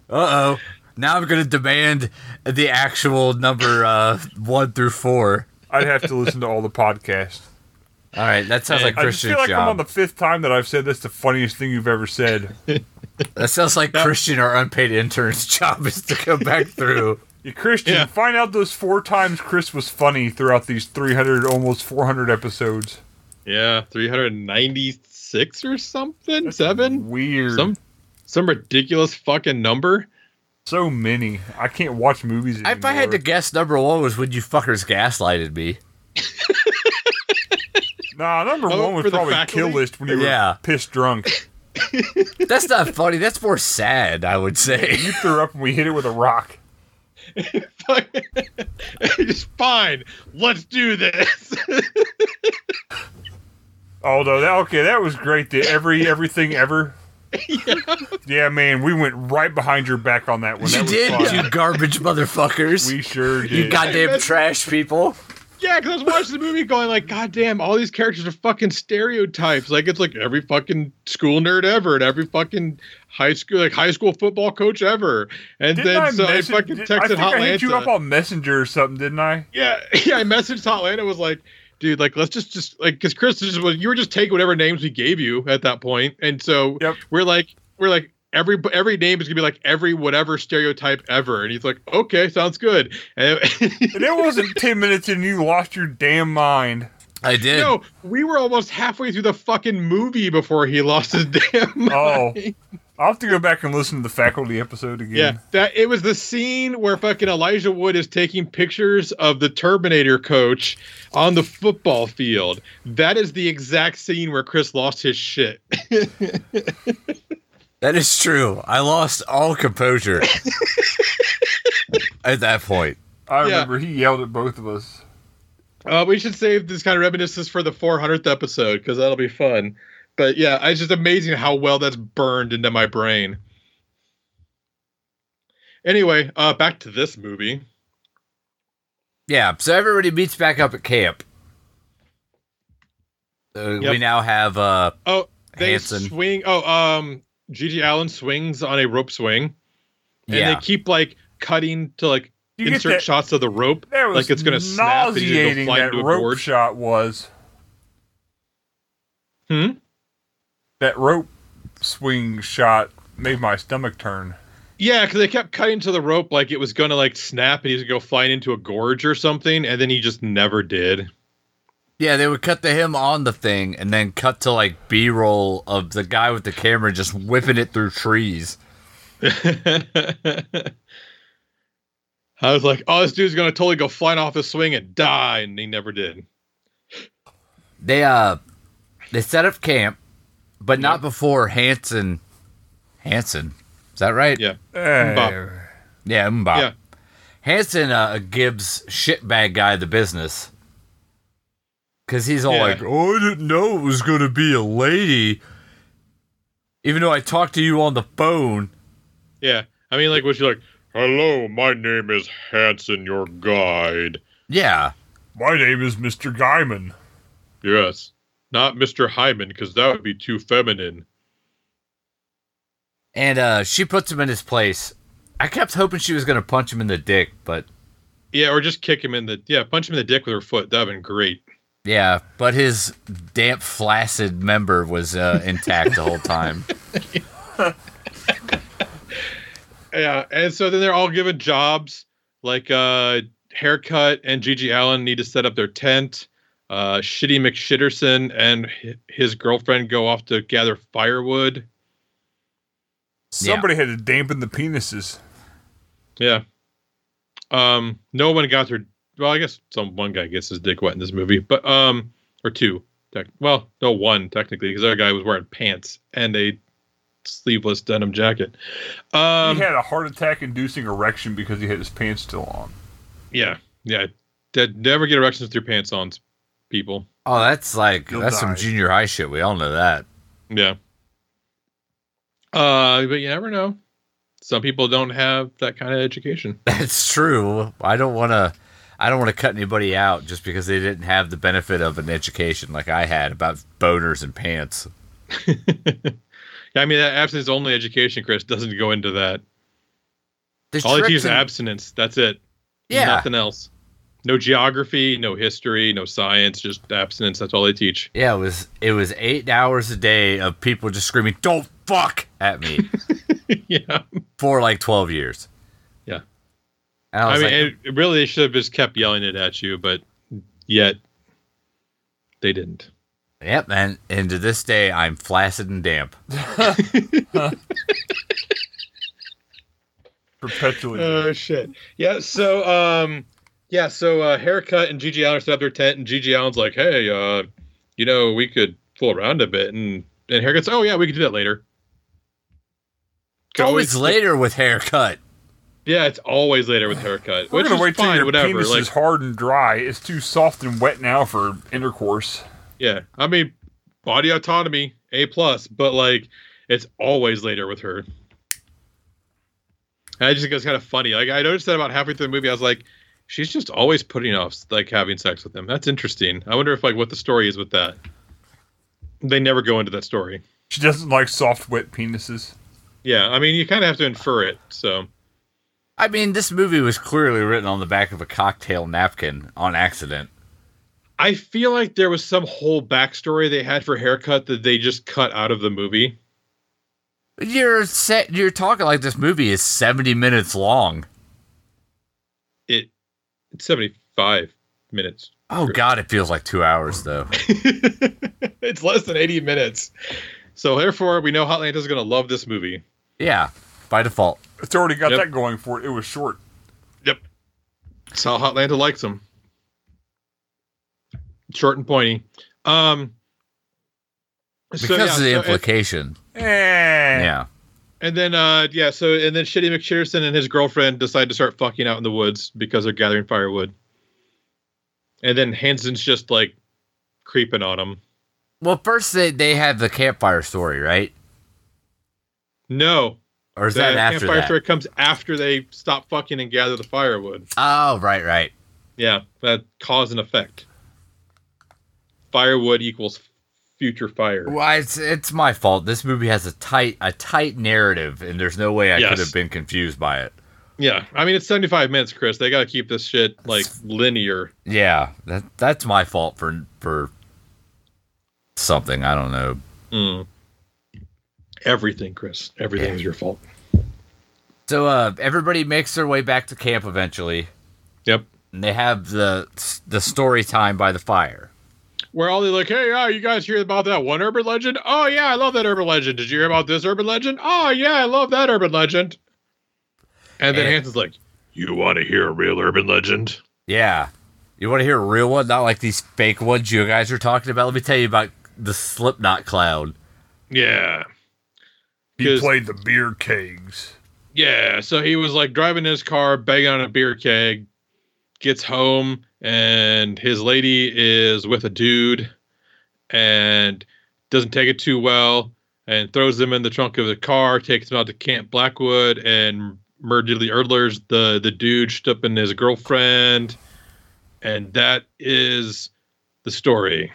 [SPEAKER 1] Uh oh. Now I'm gonna demand the actual number uh one through four.
[SPEAKER 2] I'd have to listen to all the podcasts.
[SPEAKER 1] All right, that sounds like
[SPEAKER 2] I just
[SPEAKER 1] Christian
[SPEAKER 2] feel like I'm on
[SPEAKER 1] job.
[SPEAKER 2] the fifth time that I've said that's the funniest thing you've ever said.
[SPEAKER 1] that sounds like Christian or unpaid intern's job is to go back through.
[SPEAKER 2] You Christian,
[SPEAKER 3] Yeah.
[SPEAKER 2] find out those four times Chris was funny throughout these 300, almost 400 episodes.
[SPEAKER 3] Yeah, 396 or something? Seven?
[SPEAKER 2] Weird.
[SPEAKER 3] Some some ridiculous fucking number.
[SPEAKER 2] So many. I can't watch movies anymore.
[SPEAKER 1] If I had to guess, number one was when you fuckers gaslighted me.
[SPEAKER 2] Nah, number
[SPEAKER 3] Oh,
[SPEAKER 2] one was
[SPEAKER 3] for the
[SPEAKER 2] probably
[SPEAKER 3] faculty?
[SPEAKER 2] Kill List when you were
[SPEAKER 1] Yeah.
[SPEAKER 2] pissed drunk.
[SPEAKER 1] That's not funny. That's more sad, I would say.
[SPEAKER 2] You threw up and we hit it with a rock.
[SPEAKER 3] It's fine. Let's do this.
[SPEAKER 2] Although that okay, that was great. The every everything ever. yeah. man, we went right behind your back on that one.
[SPEAKER 1] you
[SPEAKER 2] That was
[SPEAKER 1] did,
[SPEAKER 2] fun.
[SPEAKER 1] you garbage motherfuckers.
[SPEAKER 2] We sure did.
[SPEAKER 1] you goddamn
[SPEAKER 3] That's-
[SPEAKER 1] trash people.
[SPEAKER 3] yeah, because I was watching the movie going like, God damn, all these characters are fucking stereotypes. Like it's like every fucking school nerd ever and every fucking high school like high school football coach ever. And
[SPEAKER 2] Didn't
[SPEAKER 3] then
[SPEAKER 2] I,
[SPEAKER 3] so
[SPEAKER 2] message-
[SPEAKER 3] I fucking
[SPEAKER 2] did-
[SPEAKER 3] texted
[SPEAKER 2] I think
[SPEAKER 3] Hot
[SPEAKER 2] I hit you
[SPEAKER 3] Lanta.
[SPEAKER 2] up on Messenger or something, didn't I?
[SPEAKER 3] Yeah, yeah. I messaged Hotlanta was like, dude, like let's just just like because Chris just was you were just taking whatever names we gave you at that point, and so
[SPEAKER 2] Yep.
[SPEAKER 3] we're like we're like every every name is gonna be like every whatever stereotype ever, and he's like, okay, sounds good. And
[SPEAKER 2] And it wasn't ten minutes and you lost your damn mind.
[SPEAKER 1] I did.
[SPEAKER 3] no, we were almost halfway through the fucking movie before he lost his damn.
[SPEAKER 2] Oh. I'll have to go back and listen to the faculty episode again.
[SPEAKER 3] Yeah, that it was the scene where fucking Elijah Wood is taking pictures of the Terminator coach on the football field. That is the exact scene where Chris lost his shit.
[SPEAKER 1] That is true. I lost all composure at that point.
[SPEAKER 2] I
[SPEAKER 3] Yeah.
[SPEAKER 2] remember he yelled at both of us.
[SPEAKER 3] Uh, we should save this kind of reminiscence for the 400th episode because that'll be fun. But yeah, it's just amazing how well that's burned into my brain. Anyway, uh, back to this movie.
[SPEAKER 1] Yeah, so everybody meets back up at camp. Uh, We
[SPEAKER 3] Yep.
[SPEAKER 1] now have uh
[SPEAKER 3] Oh, they
[SPEAKER 1] Hanson.
[SPEAKER 3] swing. Oh, um, Gigi Allen swings on a rope swing, and
[SPEAKER 1] yeah.
[SPEAKER 3] they keep like cutting to like
[SPEAKER 2] You get
[SPEAKER 3] insert
[SPEAKER 2] that-
[SPEAKER 3] shots of the rope,
[SPEAKER 2] That was
[SPEAKER 3] like it's gonna snap and you
[SPEAKER 2] nauseating
[SPEAKER 3] go fly
[SPEAKER 2] that
[SPEAKER 3] into a
[SPEAKER 2] rope
[SPEAKER 3] gorge.
[SPEAKER 2] shot was.
[SPEAKER 3] Hmm?
[SPEAKER 2] That rope swing shot made my stomach turn.
[SPEAKER 3] Yeah, because they kept cutting to the rope like it was gonna like snap and he was gonna go flying into a gorge or something, and then he just never did.
[SPEAKER 1] Yeah, they would cut to him on the thing and then cut to like B roll of the guy with the camera just whipping it through trees.
[SPEAKER 3] I was like, oh, this dude's gonna totally go flying off his swing and die, and he never did.
[SPEAKER 1] They uh they set up camp, but not before Hanson Hanson. Is that right?
[SPEAKER 3] Yeah. Hmm,
[SPEAKER 2] Eh,
[SPEAKER 1] Yeah, Mbop.
[SPEAKER 3] Yeah.
[SPEAKER 1] Hanson uh, gives shitbag guy the business. Because he's all
[SPEAKER 3] Yeah.
[SPEAKER 1] like, oh, I didn't know it was going to be a lady. Even though I talked to you on the phone.
[SPEAKER 3] Yeah. I mean, like, was she like, hello, my name is Hanson, your guide?
[SPEAKER 1] Yeah.
[SPEAKER 2] my name is Mr. Guyman.
[SPEAKER 3] Yes. Not Mr. Hyman, because that would be too feminine.
[SPEAKER 1] And uh, she puts him in his place. I kept hoping she was going to punch him in the dick, but
[SPEAKER 3] Yeah, or just kick him in the, yeah, punch him in the dick with her foot. That would have been great.
[SPEAKER 1] yeah. But his damp, flaccid member was uh, intact the whole time.
[SPEAKER 3] Yeah. And so then they're all given jobs like uh, Haircut and Gigi Allen need to set up their tent. Uh, Shitty McShitterson and hi- his girlfriend go off to gather firewood.
[SPEAKER 2] Somebody had to dampen the penises.
[SPEAKER 3] Yeah. Um, no one got their well, I guess some one guy gets his dick wet in this movie, but um or two. Tech, well, no one technically, because that guy was wearing pants and a sleeveless denim jacket. Um
[SPEAKER 2] he had a heart attack inducing erection because he had his pants still on.
[SPEAKER 3] yeah, yeah. Dad, never get erections with your pants on, people.
[SPEAKER 1] Oh, that's like,
[SPEAKER 2] You'll
[SPEAKER 1] that's some
[SPEAKER 2] die.
[SPEAKER 1] junior high shit. We all know that.
[SPEAKER 3] Yeah. Uh but you never know. Some people don't have that kind of education.
[SPEAKER 1] That's true. I don't want to. I don't want to cut anybody out just because they didn't have the benefit of an education like I had about boners and pants.
[SPEAKER 3] Yeah, I mean that abstinence only education, Chris, doesn't go into that.
[SPEAKER 1] The
[SPEAKER 3] All they
[SPEAKER 1] tricks
[SPEAKER 3] teach is
[SPEAKER 1] and-
[SPEAKER 3] abstinence. That's it.
[SPEAKER 1] Yeah,
[SPEAKER 3] Nothing else. No geography, no history, no science, just abstinence. That's all they teach.
[SPEAKER 1] yeah. It was it was eight hours a day of people just screaming "Don't fuck" at me
[SPEAKER 3] yeah.
[SPEAKER 1] for like twelve years.
[SPEAKER 3] Yeah.
[SPEAKER 1] And I
[SPEAKER 3] I,
[SPEAKER 1] was
[SPEAKER 3] mean,
[SPEAKER 1] like,
[SPEAKER 3] it- it really, they should have just kept yelling it at you, but yet they didn't.
[SPEAKER 1] "Yep." And and to this day, I'm flaccid and damp.
[SPEAKER 2] Perpetually.
[SPEAKER 3] Uh, Oh, shit. Yeah. So, um, yeah. So, uh, haircut and Gigi Allen set up their tent, and Gigi Allen's like, "Hey, uh, you know, we could fool around a bit," and and haircuts, "Oh yeah, we could do that later."
[SPEAKER 1] It's always
[SPEAKER 3] Always-
[SPEAKER 1] later with haircut.
[SPEAKER 3] Yeah, it's always later with haircut.
[SPEAKER 2] We're
[SPEAKER 3] which
[SPEAKER 2] gonna
[SPEAKER 3] is
[SPEAKER 2] wait till
[SPEAKER 3] fine,
[SPEAKER 2] your
[SPEAKER 3] whatever.
[SPEAKER 2] penis
[SPEAKER 3] like,
[SPEAKER 2] is hard and dry. It's too soft and wet now for intercourse.
[SPEAKER 3] Yeah, I mean, body autonomy, a plus, but like, it's always later with her. And I just think it's kind of funny. Like, I noticed that about halfway through the movie, I was like, she's just always putting off like having sex with him. That's interesting. I wonder if like what the story is with that. They never go into that story.
[SPEAKER 2] She doesn't like soft, wet penises.
[SPEAKER 3] Yeah, I mean, you kind of have to infer it. So
[SPEAKER 1] I mean, this movie was clearly written on the back of a cocktail napkin on accident.
[SPEAKER 3] I feel like there was some whole backstory they had for haircut that they just cut out of the movie.
[SPEAKER 1] You're set. You're talking like this movie is seventy minutes long.
[SPEAKER 3] It it's seventy five minutes.
[SPEAKER 1] Oh God, it feels like two hours though.
[SPEAKER 3] it's less than 80 minutes. So therefore, we know Hotlanta's going to love this movie.
[SPEAKER 1] yeah, by default.
[SPEAKER 2] It's already got
[SPEAKER 3] Yep.
[SPEAKER 2] that going for it. It was short.
[SPEAKER 3] Yep. That's how Hotlanta likes them. Short and pointy. Um, so,
[SPEAKER 1] Because
[SPEAKER 3] yeah,
[SPEAKER 1] of the
[SPEAKER 3] so-
[SPEAKER 1] implication.
[SPEAKER 2] Eh.
[SPEAKER 1] yeah.
[SPEAKER 3] and, and then, uh, yeah, so, and then Shitty McShitterson and his girlfriend decide to start fucking out in the woods because they're gathering firewood. And then Hanson's just like creeping on him.
[SPEAKER 1] Well, first they, they have the campfire story, right?
[SPEAKER 3] No,
[SPEAKER 1] Or is
[SPEAKER 3] the
[SPEAKER 1] that after
[SPEAKER 3] campfire
[SPEAKER 1] that?
[SPEAKER 3] story comes after they stop fucking and gather the firewood.
[SPEAKER 1] Oh, right, right.
[SPEAKER 3] Yeah, that cause and effect. Firewood equals future fire.
[SPEAKER 1] Well, it's it's my fault. This movie has a tight a tight narrative, and there's no way I
[SPEAKER 3] Yes.
[SPEAKER 1] could have been confused by it.
[SPEAKER 3] Yeah, I mean it's 75 minutes, Chris. They got to keep this shit like linear.
[SPEAKER 1] Yeah, that that's my fault for for something I don't know.
[SPEAKER 3] Mm. Everything, Chris. Everything is your fault.
[SPEAKER 1] So uh, everybody makes their way back to camp eventually,
[SPEAKER 3] Yep.
[SPEAKER 1] and they have the the story time by the fire.
[SPEAKER 3] Where all they like, hey, oh, you guys hear about that one urban legend? Oh yeah, I love that urban legend. Did you hear about this urban legend? Oh yeah, I love that urban legend. And then
[SPEAKER 1] And-
[SPEAKER 3] Hanson's like, you want to hear a real urban legend?
[SPEAKER 1] Yeah, you want to hear a real one, not like these fake ones you guys are talking about. Let me tell you about the Slipknot cloud.
[SPEAKER 3] Yeah.
[SPEAKER 2] He
[SPEAKER 3] Because-
[SPEAKER 2] played the beer kegs.
[SPEAKER 3] Yeah, so he was like driving his car, banging on a beer keg, gets home, and his lady is with a dude and doesn't take it too well and throws him in the trunk of the car, takes him out to Camp Blackwood and Murderly Erdler's the, the dude up in his girlfriend. And that is the story.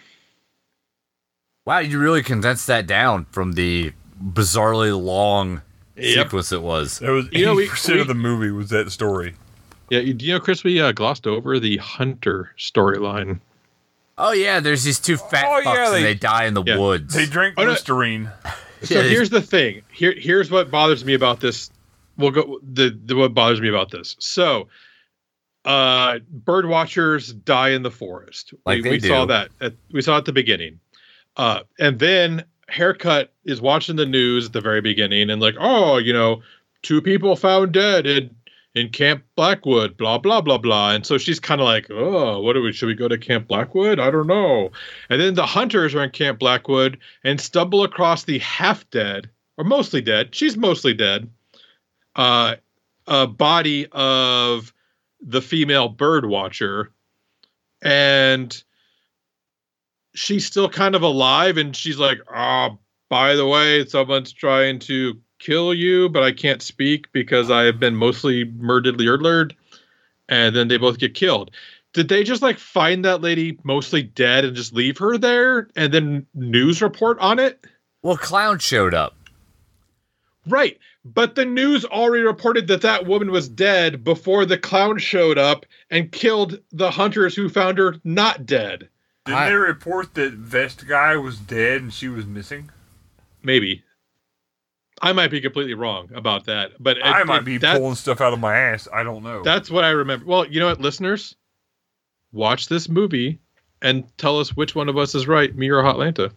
[SPEAKER 1] Wow, you really condensed that down from the bizarrely long
[SPEAKER 3] Yep.
[SPEAKER 1] sequence it was.
[SPEAKER 2] That was
[SPEAKER 3] You know, we-
[SPEAKER 2] 80% of
[SPEAKER 3] we-
[SPEAKER 2] the movie was that story.
[SPEAKER 3] Yeah, you, you know, Chris, we uh, glossed over the Hunter storyline.
[SPEAKER 1] Oh yeah, there's these two fat
[SPEAKER 2] Oh,
[SPEAKER 1] fucks
[SPEAKER 2] yeah, they-
[SPEAKER 1] and they die in the
[SPEAKER 3] Yeah.
[SPEAKER 1] woods.
[SPEAKER 2] They drank
[SPEAKER 3] Oh, no.
[SPEAKER 2] Listerine.
[SPEAKER 3] So
[SPEAKER 1] Yeah, they-
[SPEAKER 3] here's the thing. Here here's what bothers me about this. We'll go the, the what bothers me about this. So uh bird watchers die in the forest.
[SPEAKER 1] Like
[SPEAKER 3] we
[SPEAKER 1] they
[SPEAKER 3] we saw
[SPEAKER 1] do.
[SPEAKER 3] that at, we saw it at the beginning. Uh and then haircut is watching the news at the very beginning and like, oh, you know, two people found dead in in Camp Blackwood, blah blah blah blah. And so she's kind of like, oh, what do we? Should we go to Camp Blackwood? I don't know. And then the hunters are in Camp Blackwood and stumble across the half dead or mostly dead. She's mostly dead. Uh, a body of the female bird watcher, and she's still kind of alive. And she's like, ah, by the way, someone's trying to kill you, but I can't speak because I have been mostly murderedly erdlered. And then they both get killed. Did they just like find that lady mostly dead and just leave her there and then news report on it?
[SPEAKER 1] well, clown showed up.
[SPEAKER 3] Right. But the news already reported that that woman was dead before the clown showed up and killed the hunters who found her not dead.
[SPEAKER 2] Didn't
[SPEAKER 1] I-
[SPEAKER 2] they report that Vest guy was dead and she was missing?
[SPEAKER 3] Maybe. I might be completely wrong about that, but it-
[SPEAKER 2] I
[SPEAKER 3] it-
[SPEAKER 2] might be
[SPEAKER 3] Uh, that-
[SPEAKER 2] pulling stuff out of my ass. I don't know.
[SPEAKER 3] That's what I remember. Well, you know what, listeners, watch this movie and tell us which one of us is right, me or Hotlanta.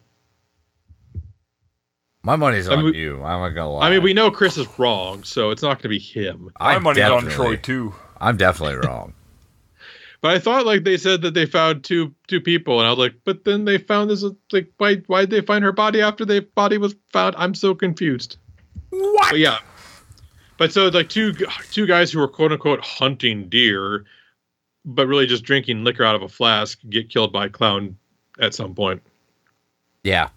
[SPEAKER 1] My money's
[SPEAKER 3] I
[SPEAKER 1] on
[SPEAKER 3] mean-
[SPEAKER 1] you. I'm not gonna lie.
[SPEAKER 3] I mean, we know Chris is wrong, so it's not going to be him.
[SPEAKER 2] my
[SPEAKER 1] I'm
[SPEAKER 2] money's on
[SPEAKER 1] definitely-
[SPEAKER 2] Troy too.
[SPEAKER 1] I'm definitely wrong.
[SPEAKER 3] But I thought like they said that they found two two people, and I was like, but then they found this like why why did they find her body after the body was found? I'm so confused.
[SPEAKER 2] What?
[SPEAKER 3] But yeah, but so like two g- two guys who were quote unquote hunting deer, but really just drinking liquor out of a flask get killed by a clown at some point.
[SPEAKER 1] yeah.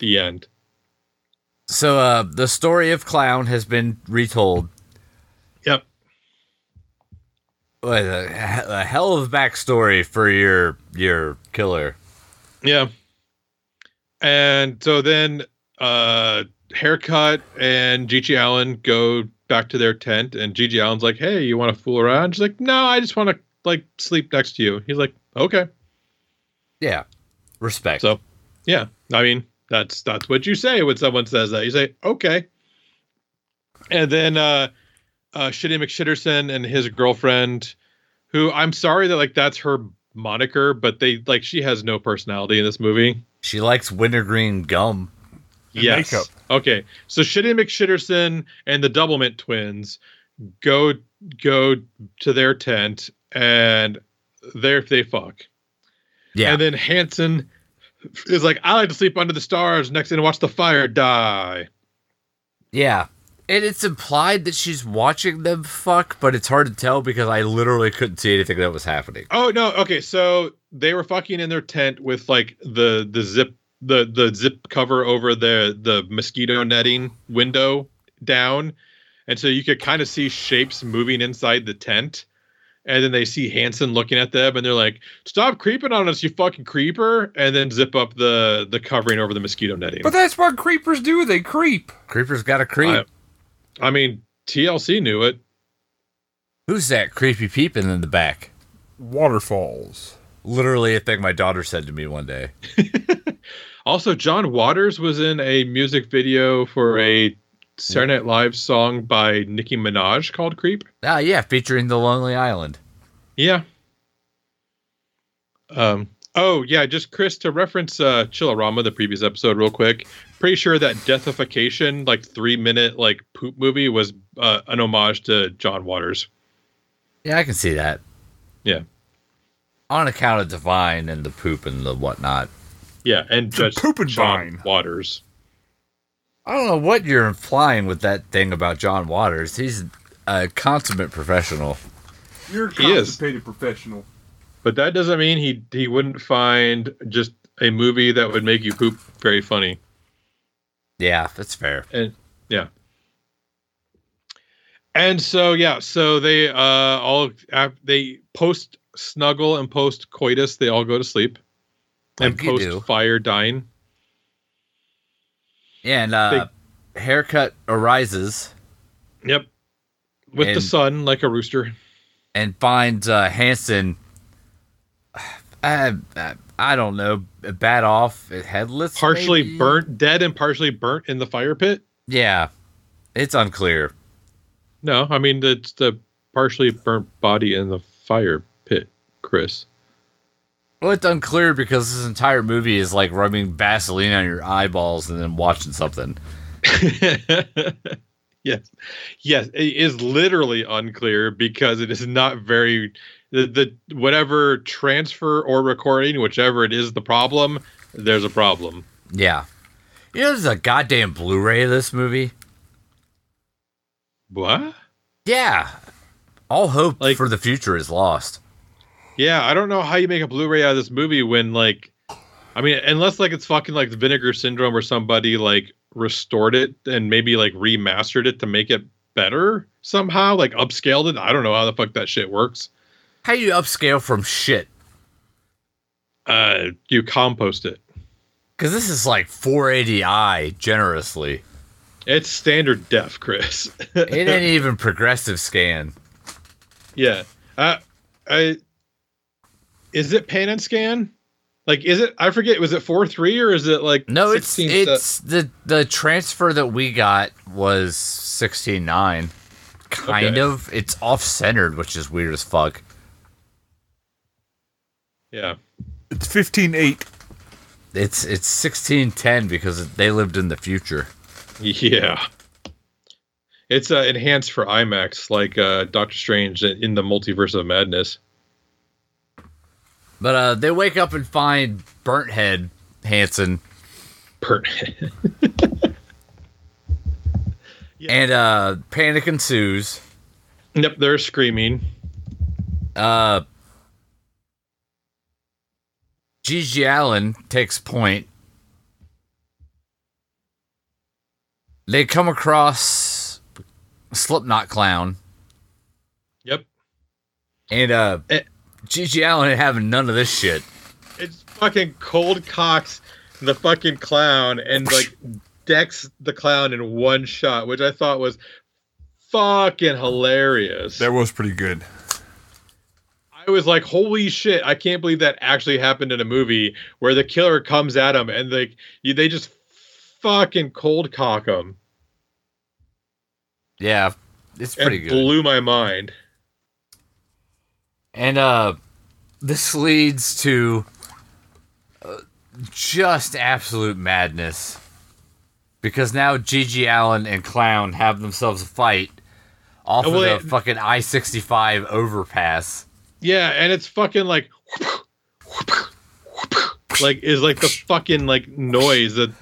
[SPEAKER 3] The end.
[SPEAKER 1] So uh, the story of clown has been retold.
[SPEAKER 3] Yep.
[SPEAKER 1] With a, a hell of a backstory for your your killer.
[SPEAKER 3] Yeah. And so then uh haircut and Gigi Allen go back to their tent and Gigi Allen's like, Hey, you wanna fool around? She's like, No, I just wanna like sleep next to you. He's like, Okay.
[SPEAKER 1] Yeah. Respect.
[SPEAKER 3] So yeah. I mean, that's that's what you say when someone says that. You say, Okay. And then uh uh Shitty McShitterson and his girlfriend, who I'm sorry that like that's her moniker, but they like she has no personality in this movie.
[SPEAKER 1] she likes wintergreen gum.
[SPEAKER 2] and
[SPEAKER 3] yes.
[SPEAKER 2] makeup.
[SPEAKER 3] Okay. So Shitty McShitterson and the Doublemint twins go go to their tent and there they fuck.
[SPEAKER 1] Yeah.
[SPEAKER 3] And then Hanson is like, I like to sleep under the stars next and watch the fire die.
[SPEAKER 1] Yeah. And it's implied that she's watching them fuck, but it's hard to tell because I literally couldn't see anything that was happening.
[SPEAKER 3] Oh no, okay. So they were fucking in their tent with like the the zip the the zip cover over the the mosquito netting window down. And so you could kind of see shapes moving inside the tent. And then they see Hanson looking at them, and they're like, "Stop creeping on us, you fucking creeper!" And then zip up the the covering over the mosquito netting.
[SPEAKER 2] But that's what creepers do. They creep.
[SPEAKER 1] Creeper's got a creep.
[SPEAKER 3] I mean, TLC knew it.
[SPEAKER 1] Who's that creepy peeping in the back?
[SPEAKER 2] Waterfalls.
[SPEAKER 1] Literally a thing my daughter said to me one day.
[SPEAKER 3] Also, John Waters was in a music video for a Saturday Night Live song by Nicki Minaj called "Creep."
[SPEAKER 1] Ah, yeah, featuring the Lonely Island.
[SPEAKER 3] Yeah. Um. Oh yeah, just Chris to reference uh, Chillerama, the previous episode, real quick. Pretty sure that Deathification, like three minute like poop movie, was uh, an homage to John Waters.
[SPEAKER 1] Yeah, I can see that.
[SPEAKER 3] Yeah.
[SPEAKER 1] On account of Divine and the poop and the whatnot.
[SPEAKER 3] Yeah, and
[SPEAKER 2] a
[SPEAKER 3] just
[SPEAKER 2] poop and
[SPEAKER 3] John
[SPEAKER 2] vine.
[SPEAKER 3] Waters.
[SPEAKER 1] I don't know what you're implying with that thing about John Waters. He's a consummate professional.
[SPEAKER 2] You're a
[SPEAKER 3] He is.
[SPEAKER 2] constipated professional.
[SPEAKER 3] But that doesn't mean he he wouldn't find just a movie that would make you poop very funny.
[SPEAKER 1] Yeah, that's fair.
[SPEAKER 3] And yeah. And so yeah, so they uh all af- they post snuggle and post coitus, they all go to sleep. And
[SPEAKER 1] Like you do.
[SPEAKER 3] post fire dine.
[SPEAKER 1] Yeah, and uh, haircut arises
[SPEAKER 3] Yep. With the
[SPEAKER 1] And-
[SPEAKER 3] sun like a rooster.
[SPEAKER 1] and finds uh, Hanson. I, I, I don't know, bad off, headless,
[SPEAKER 3] Partially
[SPEAKER 1] maybe?
[SPEAKER 3] burnt dead and partially burnt in the fire pit.
[SPEAKER 1] Yeah, it's unclear.
[SPEAKER 3] No, I mean it's the partially burnt body in the fire pit, Chris.
[SPEAKER 1] Well, it's unclear because this entire movie is like rubbing Vaseline on your eyeballs and then watching something.
[SPEAKER 3] yes, yes, it is literally unclear because it is not very the, the whatever transfer or recording, whichever it is, the problem. There's a problem.
[SPEAKER 1] Yeah, you know, there's a goddamn Blu-ray of this movie.
[SPEAKER 3] What?
[SPEAKER 1] Yeah, all hope
[SPEAKER 3] Like-
[SPEAKER 1] for the future is lost.
[SPEAKER 3] Yeah, I don't know how you make a Blu-ray out of this movie when like, I mean, unless like it's fucking like Vinegar Syndrome or somebody like restored it and maybe like remastered it to make it better somehow, like upscaled it. I don't know how the fuck that shit works.
[SPEAKER 1] How do you upscale from shit?
[SPEAKER 3] Uh, you compost it.
[SPEAKER 1] Because this is like 480i generously.
[SPEAKER 3] It's standard def, Chris.
[SPEAKER 1] It ain't even progressive scan.
[SPEAKER 3] yeah. Uh, I is it pan and scan? Like, is it? I forget. Was it four three or is it like
[SPEAKER 1] No, it's
[SPEAKER 3] 16?
[SPEAKER 1] it's the the transfer that we got was sixteen nine. Kind
[SPEAKER 3] Okay.
[SPEAKER 1] of. It's off centered, which is weird as fuck.
[SPEAKER 3] yeah.
[SPEAKER 2] It's fifteen eight.
[SPEAKER 1] It's it's sixteen ten because they lived in the future.
[SPEAKER 3] Yeah. It's uh, enhanced for IMAX, like uh, Doctor Strange in the Multiverse of Madness.
[SPEAKER 1] But uh they wake up and find burnt head Hanson
[SPEAKER 3] Per-
[SPEAKER 1] and uh panic ensues.
[SPEAKER 3] yep, they're screaming.
[SPEAKER 1] Uh Gigi Allen takes point. They come across Slipknot Clown
[SPEAKER 3] Yep,
[SPEAKER 1] and uh
[SPEAKER 3] Eh.
[SPEAKER 1] Gigi Allen ain't having none of this shit.
[SPEAKER 3] it's fucking cold cocks the fucking clown and like decks the clown in one shot, which I thought was fucking hilarious.
[SPEAKER 2] That was pretty good.
[SPEAKER 3] I was like, holy shit, I can't believe that actually happened in a movie where the killer comes at him and like you- they just fucking cold cock him.
[SPEAKER 1] Yeah. It's pretty
[SPEAKER 3] it
[SPEAKER 1] good.
[SPEAKER 3] blew my mind.
[SPEAKER 1] And uh this leads to uh, just absolute madness because now Gigi Allen and Clown have themselves a fight off of
[SPEAKER 3] Well, it-
[SPEAKER 1] the fucking I-65 overpass.
[SPEAKER 3] Yeah, and it's fucking like like is like the fucking like noise that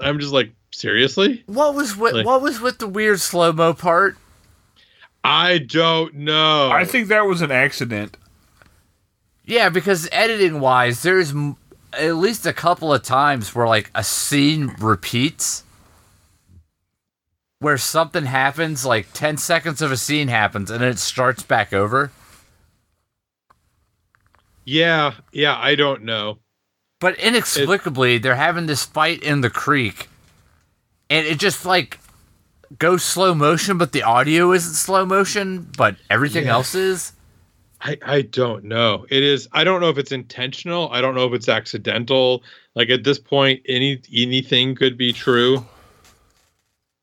[SPEAKER 3] I'm just like seriously?
[SPEAKER 1] What was with,
[SPEAKER 3] Like-
[SPEAKER 1] what was with the weird slow-mo part?
[SPEAKER 3] I don't know.
[SPEAKER 2] I think that was an accident.
[SPEAKER 1] Yeah, because editing wise, there's m- at least a couple of times where like a scene repeats, where something happens, like ten seconds of a scene happens, and then it starts back over.
[SPEAKER 3] Yeah, yeah, I don't know.
[SPEAKER 1] But inexplicably, they're having this fight in the creek, and it just like goes slow motion, but the audio isn't slow motion, but everything
[SPEAKER 3] Yeah.
[SPEAKER 1] else is.
[SPEAKER 3] I, I don't know. It is I don't know if it's intentional. I don't know if it's accidental. Like at this point, any anything could be true.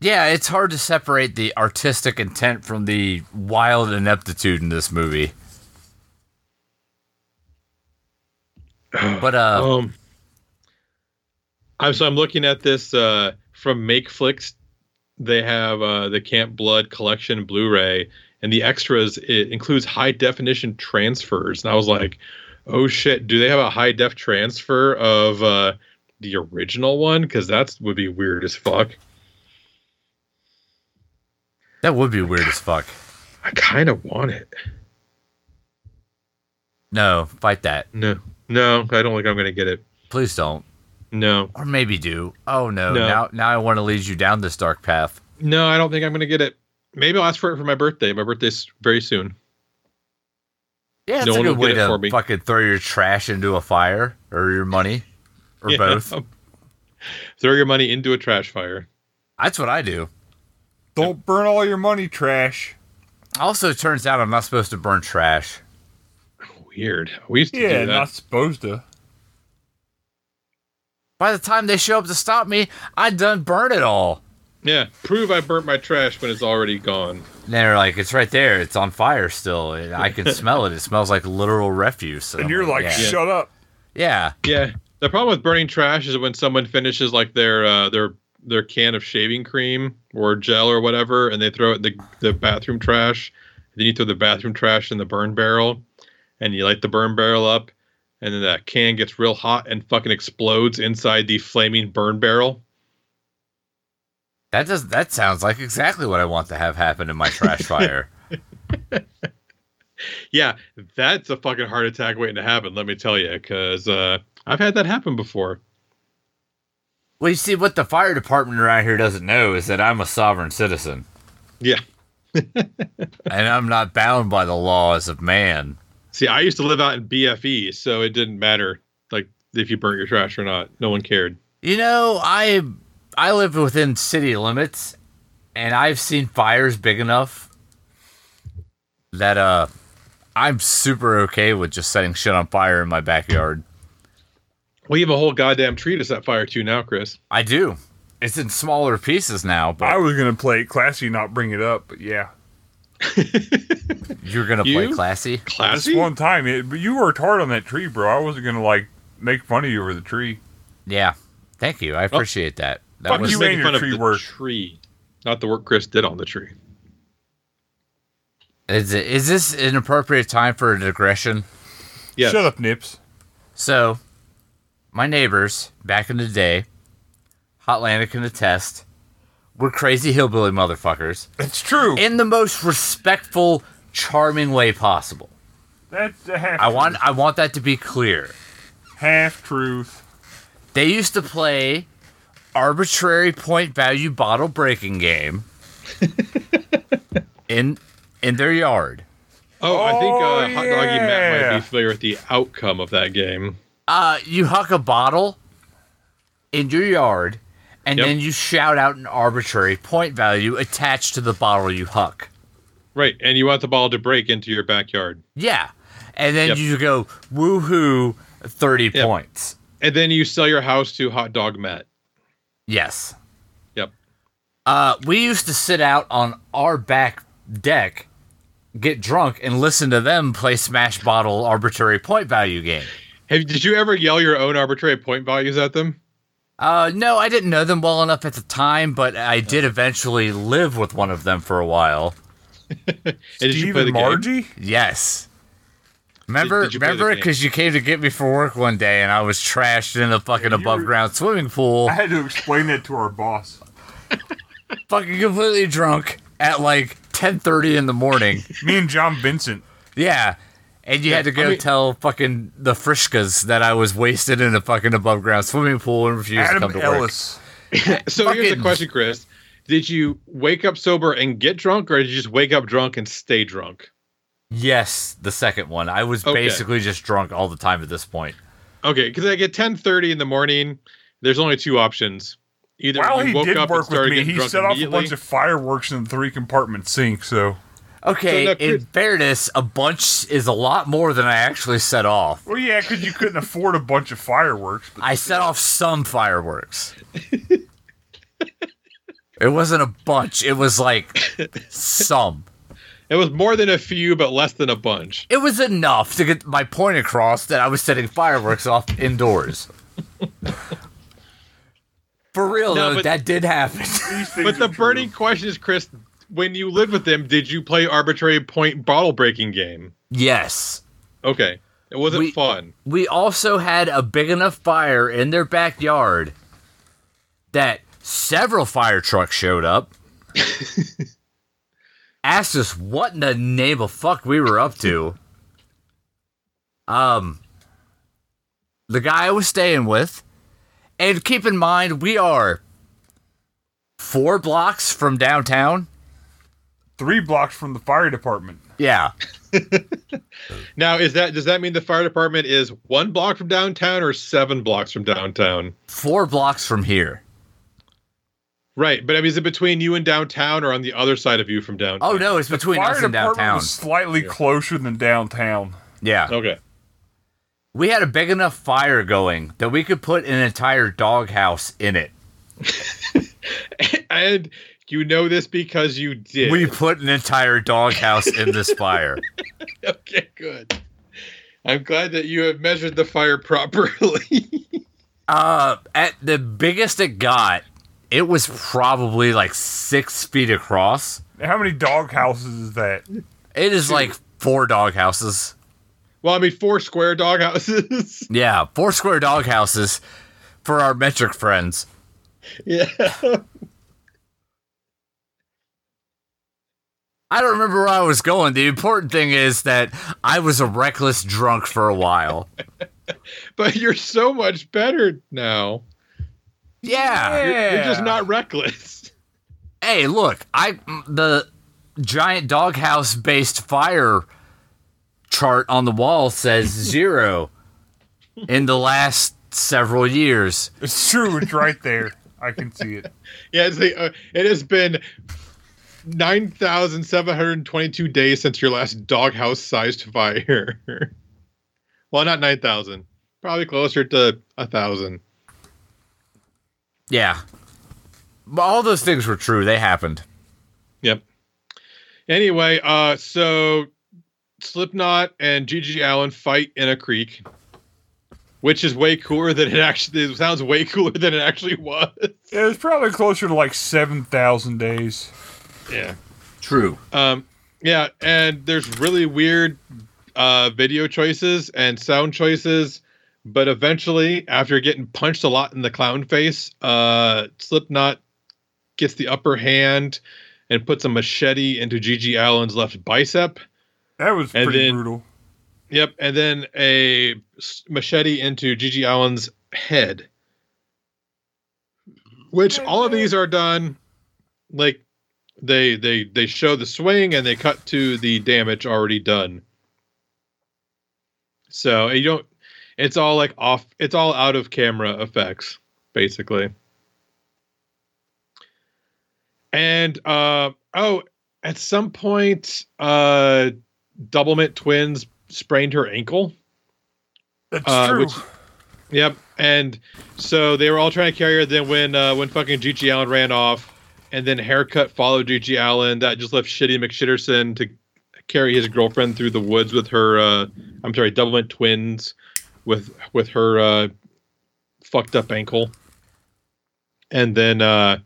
[SPEAKER 1] Yeah, it's hard to separate the artistic intent from the wild ineptitude in this movie. But uh,
[SPEAKER 3] Um, I'm so I'm looking at this uh, from MakeFlix. They have uh, the Camp Blood collection Blu-ray, and the extras it includes high definition transfers. And I was like, oh shit, do they have a high def transfer of uh, the original one? Because that would be weird as fuck.
[SPEAKER 1] that would be weird as fuck.
[SPEAKER 3] I kind of want it.
[SPEAKER 1] No, fight that.
[SPEAKER 3] No, no, I don't think I'm gonna get it.
[SPEAKER 1] Please don't.
[SPEAKER 3] No,
[SPEAKER 1] Or maybe do. Oh no.
[SPEAKER 3] No.
[SPEAKER 1] Now now I want to lead you down this dark path.
[SPEAKER 3] no, I don't think I'm gonna get it. Maybe I'll ask for it for my birthday. My birthday's very soon.
[SPEAKER 1] Yeah, it's
[SPEAKER 3] No
[SPEAKER 1] a
[SPEAKER 3] one
[SPEAKER 1] good
[SPEAKER 3] will
[SPEAKER 1] way
[SPEAKER 3] get it for
[SPEAKER 1] to
[SPEAKER 3] me.
[SPEAKER 1] fucking throw your trash into a fire or your money or
[SPEAKER 3] Yeah.
[SPEAKER 1] both.
[SPEAKER 3] Throw your money into a trash fire.
[SPEAKER 1] That's what I do.
[SPEAKER 2] Don't burn all your money, trash.
[SPEAKER 1] Also, it turns out I'm not supposed to burn trash.
[SPEAKER 3] Weird. We used to
[SPEAKER 2] Yeah,
[SPEAKER 3] do that.
[SPEAKER 2] not supposed to.
[SPEAKER 1] By the time they show up to stop me, I done burn it all.
[SPEAKER 3] Yeah. Prove I burnt my trash when it's already gone.
[SPEAKER 1] And they're like, it's right there. It's on fire still. And I can smell it. It smells like literal refuse.
[SPEAKER 2] And
[SPEAKER 1] I'm
[SPEAKER 2] you're like,
[SPEAKER 1] yeah.
[SPEAKER 2] shut up.
[SPEAKER 1] yeah.
[SPEAKER 3] Yeah. The problem with burning trash is when someone finishes like their uh, their their can of shaving cream or gel or whatever, and they throw it in the the bathroom trash. Then you throw the bathroom trash in the burn barrel, and you light the burn barrel up, and then that can gets real hot and fucking explodes inside the flaming burn barrel.
[SPEAKER 1] That does. That sounds like exactly what I want to have happen in my trash fire.
[SPEAKER 3] Yeah, that's a fucking heart attack waiting to happen. Let me tell you, because uh, I've had that happen before.
[SPEAKER 1] Well, you see, what the fire department around here doesn't know is that I'm a sovereign citizen
[SPEAKER 3] Yeah.
[SPEAKER 1] and I'm not bound by the laws of man.
[SPEAKER 3] See, I used to live out in BFE, so it didn't matter like if you burnt your trash or not. No one cared.
[SPEAKER 1] You know, I I live within city limits, and I've seen fires big enough that uh, I'm super okay with just setting shit on fire in my backyard.
[SPEAKER 3] We have a whole goddamn treatise at fire too now, Chris.
[SPEAKER 1] I do. It's in smaller pieces now, but
[SPEAKER 2] I was gonna play it classy, not bring it up, but yeah.
[SPEAKER 1] you're gonna play
[SPEAKER 3] You?
[SPEAKER 1] classy.
[SPEAKER 2] This
[SPEAKER 3] Classy.
[SPEAKER 2] one time, it, but you worked hard on that tree, bro. I wasn't gonna like make fun of you over the tree.
[SPEAKER 1] Yeah, thank you. I appreciate that. That
[SPEAKER 3] Oh. Fuck
[SPEAKER 1] was
[SPEAKER 2] you
[SPEAKER 3] you making
[SPEAKER 2] and your
[SPEAKER 3] fun of
[SPEAKER 2] tree
[SPEAKER 3] the
[SPEAKER 2] work.
[SPEAKER 3] tree, not the work Chris did on the tree.
[SPEAKER 1] is it, is this an appropriate time for a digression?
[SPEAKER 3] Yes.
[SPEAKER 2] Shut up, Nips.
[SPEAKER 1] So, my neighbors back in the day, Hotlandic can attest, were crazy hillbilly motherfuckers
[SPEAKER 2] It's true.
[SPEAKER 1] in the most respectful, charming way possible.
[SPEAKER 2] That's a half.
[SPEAKER 1] I want I want that to be clear.
[SPEAKER 2] half truth.
[SPEAKER 1] They used to play arbitrary point value bottle breaking game in in their yard.
[SPEAKER 3] Oh, I think
[SPEAKER 2] Oh,
[SPEAKER 3] uh, Hot Doggy Matt might
[SPEAKER 2] yeah.
[SPEAKER 3] be familiar with the outcome of that game.
[SPEAKER 1] Uh, you huck a bottle in your yard, and
[SPEAKER 3] Yep.
[SPEAKER 1] then you shout out an arbitrary point value attached to the bottle you huck.
[SPEAKER 3] Right, and you want the ball to break into your backyard,
[SPEAKER 1] Yeah, and then
[SPEAKER 3] Yep.
[SPEAKER 1] you go woohoo, thirty
[SPEAKER 3] Yep.
[SPEAKER 1] points.
[SPEAKER 3] and then you sell your house to Hot Dog Matt.
[SPEAKER 1] Yes.
[SPEAKER 3] Yep.
[SPEAKER 1] Uh, we used to sit out on our back deck, get drunk, and listen to them play Smash Bottle arbitrary point value game.
[SPEAKER 3] Have did you ever yell your own arbitrary point values at them?
[SPEAKER 1] Uh, no, I didn't know them well enough at the time, but I did eventually live with one of them for a while.
[SPEAKER 3] And did you play
[SPEAKER 2] Steve
[SPEAKER 3] the
[SPEAKER 2] and
[SPEAKER 3] game?
[SPEAKER 2] Margie.
[SPEAKER 1] Yes. Remember,
[SPEAKER 3] did you play the
[SPEAKER 1] remember it
[SPEAKER 3] game?
[SPEAKER 1] because you came to get me for work one day, and I was trashed in a fucking
[SPEAKER 2] you
[SPEAKER 1] above
[SPEAKER 2] were-
[SPEAKER 1] ground swimming pool,
[SPEAKER 2] I had to explain that to our boss.
[SPEAKER 1] fucking completely drunk at like ten thirty in the morning.
[SPEAKER 2] Me and John Vincent.
[SPEAKER 1] Yeah. And you had to
[SPEAKER 3] I
[SPEAKER 1] go
[SPEAKER 3] mean-
[SPEAKER 1] tell fucking the Frischkas that I was wasted in a fucking above ground swimming pool and refused
[SPEAKER 2] Adam
[SPEAKER 1] to come to work.
[SPEAKER 2] Ellis.
[SPEAKER 3] So here's
[SPEAKER 1] Fucking-
[SPEAKER 3] the question, Chris. Did you wake up sober and get drunk, or did you just wake up drunk and stay drunk?
[SPEAKER 1] Yes, the second one. I was
[SPEAKER 3] Okay.
[SPEAKER 1] basically just drunk all the time at this point.
[SPEAKER 3] Okay, because like at ten thirty in the morning, there's only two options. Either
[SPEAKER 2] While
[SPEAKER 3] you
[SPEAKER 2] he
[SPEAKER 3] woke
[SPEAKER 2] did
[SPEAKER 3] up and
[SPEAKER 2] work
[SPEAKER 3] started
[SPEAKER 2] with me,
[SPEAKER 3] getting
[SPEAKER 2] he
[SPEAKER 3] drunk
[SPEAKER 2] set off a
[SPEAKER 3] immediately.
[SPEAKER 2] bunch of fireworks in the three compartment sink. So,
[SPEAKER 1] Okay,
[SPEAKER 3] So now,
[SPEAKER 1] in
[SPEAKER 3] Chris-
[SPEAKER 1] fairness, a bunch is a lot more than I actually set off.
[SPEAKER 2] well, yeah, because you couldn't afford a bunch of fireworks. But
[SPEAKER 1] I set off some fireworks. it wasn't a bunch, it was like some.
[SPEAKER 3] It was more than a few, but less than a bunch.
[SPEAKER 1] It was enough to get my point across that I was setting fireworks off indoors. For real,
[SPEAKER 3] No,
[SPEAKER 1] though,
[SPEAKER 3] but-
[SPEAKER 1] that did happen.
[SPEAKER 2] these things
[SPEAKER 3] But the
[SPEAKER 2] are true.
[SPEAKER 3] burning question is, Chris, when you lived with them, did you play arbitrary point bottle breaking game?
[SPEAKER 1] yes.
[SPEAKER 3] Okay, it wasn't
[SPEAKER 1] We-
[SPEAKER 3] fun.
[SPEAKER 1] we also had a big enough fire in their backyard that several fire trucks showed up. asked us what in the name of fuck we were up to. Um the guy I was staying with, and keep in mind we are four blocks from downtown.
[SPEAKER 2] three blocks from the fire department.
[SPEAKER 1] Yeah.
[SPEAKER 3] Now, is that does that mean the fire department is one block from downtown or seven blocks from downtown?
[SPEAKER 1] Four blocks from here.
[SPEAKER 3] Right, but I mean, is it between you and downtown or on the other side of you from downtown?
[SPEAKER 1] Oh no, it's between
[SPEAKER 2] fire
[SPEAKER 1] us and
[SPEAKER 2] department
[SPEAKER 1] downtown.
[SPEAKER 2] was slightly closer than downtown.
[SPEAKER 1] Yeah.
[SPEAKER 3] Okay.
[SPEAKER 1] We had a big enough fire going that we could put an entire doghouse in it.
[SPEAKER 3] and you know this because you did.
[SPEAKER 1] We put an entire doghouse in this fire.
[SPEAKER 3] okay, good. I'm glad that you have measured the fire properly.
[SPEAKER 1] Uh, at the biggest it got, it was probably like six feet across.
[SPEAKER 2] Now, How many dog houses is that?
[SPEAKER 1] It is like four doghouses.
[SPEAKER 3] well, I mean, four square dog houses.
[SPEAKER 1] Yeah, four square doghouses for our metric friends.
[SPEAKER 3] yeah.
[SPEAKER 1] I don't remember where I was going. The important thing is that I was a reckless drunk for a while.
[SPEAKER 3] But you're so much better now.
[SPEAKER 1] Yeah.
[SPEAKER 3] You're just not reckless.
[SPEAKER 1] hey, look, I the giant doghouse based fire chart on the wall says zero in the last several years.
[SPEAKER 2] It's true. It's right there. I can see it.
[SPEAKER 3] Yeah, it's the, uh, it has been 9,722 days since your last doghouse sized fire. well, not 9,000. Probably closer to a 1,000.
[SPEAKER 1] Yeah. But all those things were true. They happened.
[SPEAKER 3] Yep. Anyway, uh, so Slipknot and Gigi Allen fight in a creek, which is way cooler than it actually it sounds. Way cooler than it actually was.
[SPEAKER 2] It was probably closer to like seven thousand days.
[SPEAKER 3] Yeah.
[SPEAKER 1] True.
[SPEAKER 3] Um, yeah, and there's really weird uh, video choices and sound choices, but eventually, after getting punched a lot in the clown face, uh, Slipknot gets the upper hand and puts a machete into Gigi Allen's left bicep.
[SPEAKER 2] That was
[SPEAKER 3] And
[SPEAKER 2] pretty
[SPEAKER 3] then-
[SPEAKER 2] brutal.
[SPEAKER 3] Yep, and then a s- machete into Gigi Allen's head. Which all of these are done like they they they show the swing and they cut to the damage already done. So you don't it's all like off it's all out of camera effects basically. And uh oh, at some point uh Doublemint twins sprained her ankle.
[SPEAKER 2] That's
[SPEAKER 3] uh,
[SPEAKER 2] true.
[SPEAKER 3] which- Yep. And so they were all trying to carry her. Then when uh, when fucking Gigi Allen ran off, and then haircut followed Gigi Allen, that just left Shitty McShitterson to carry his girlfriend through the woods with her. Uh, I'm sorry, Doublemint twins, with with her uh, fucked up ankle. And then uh,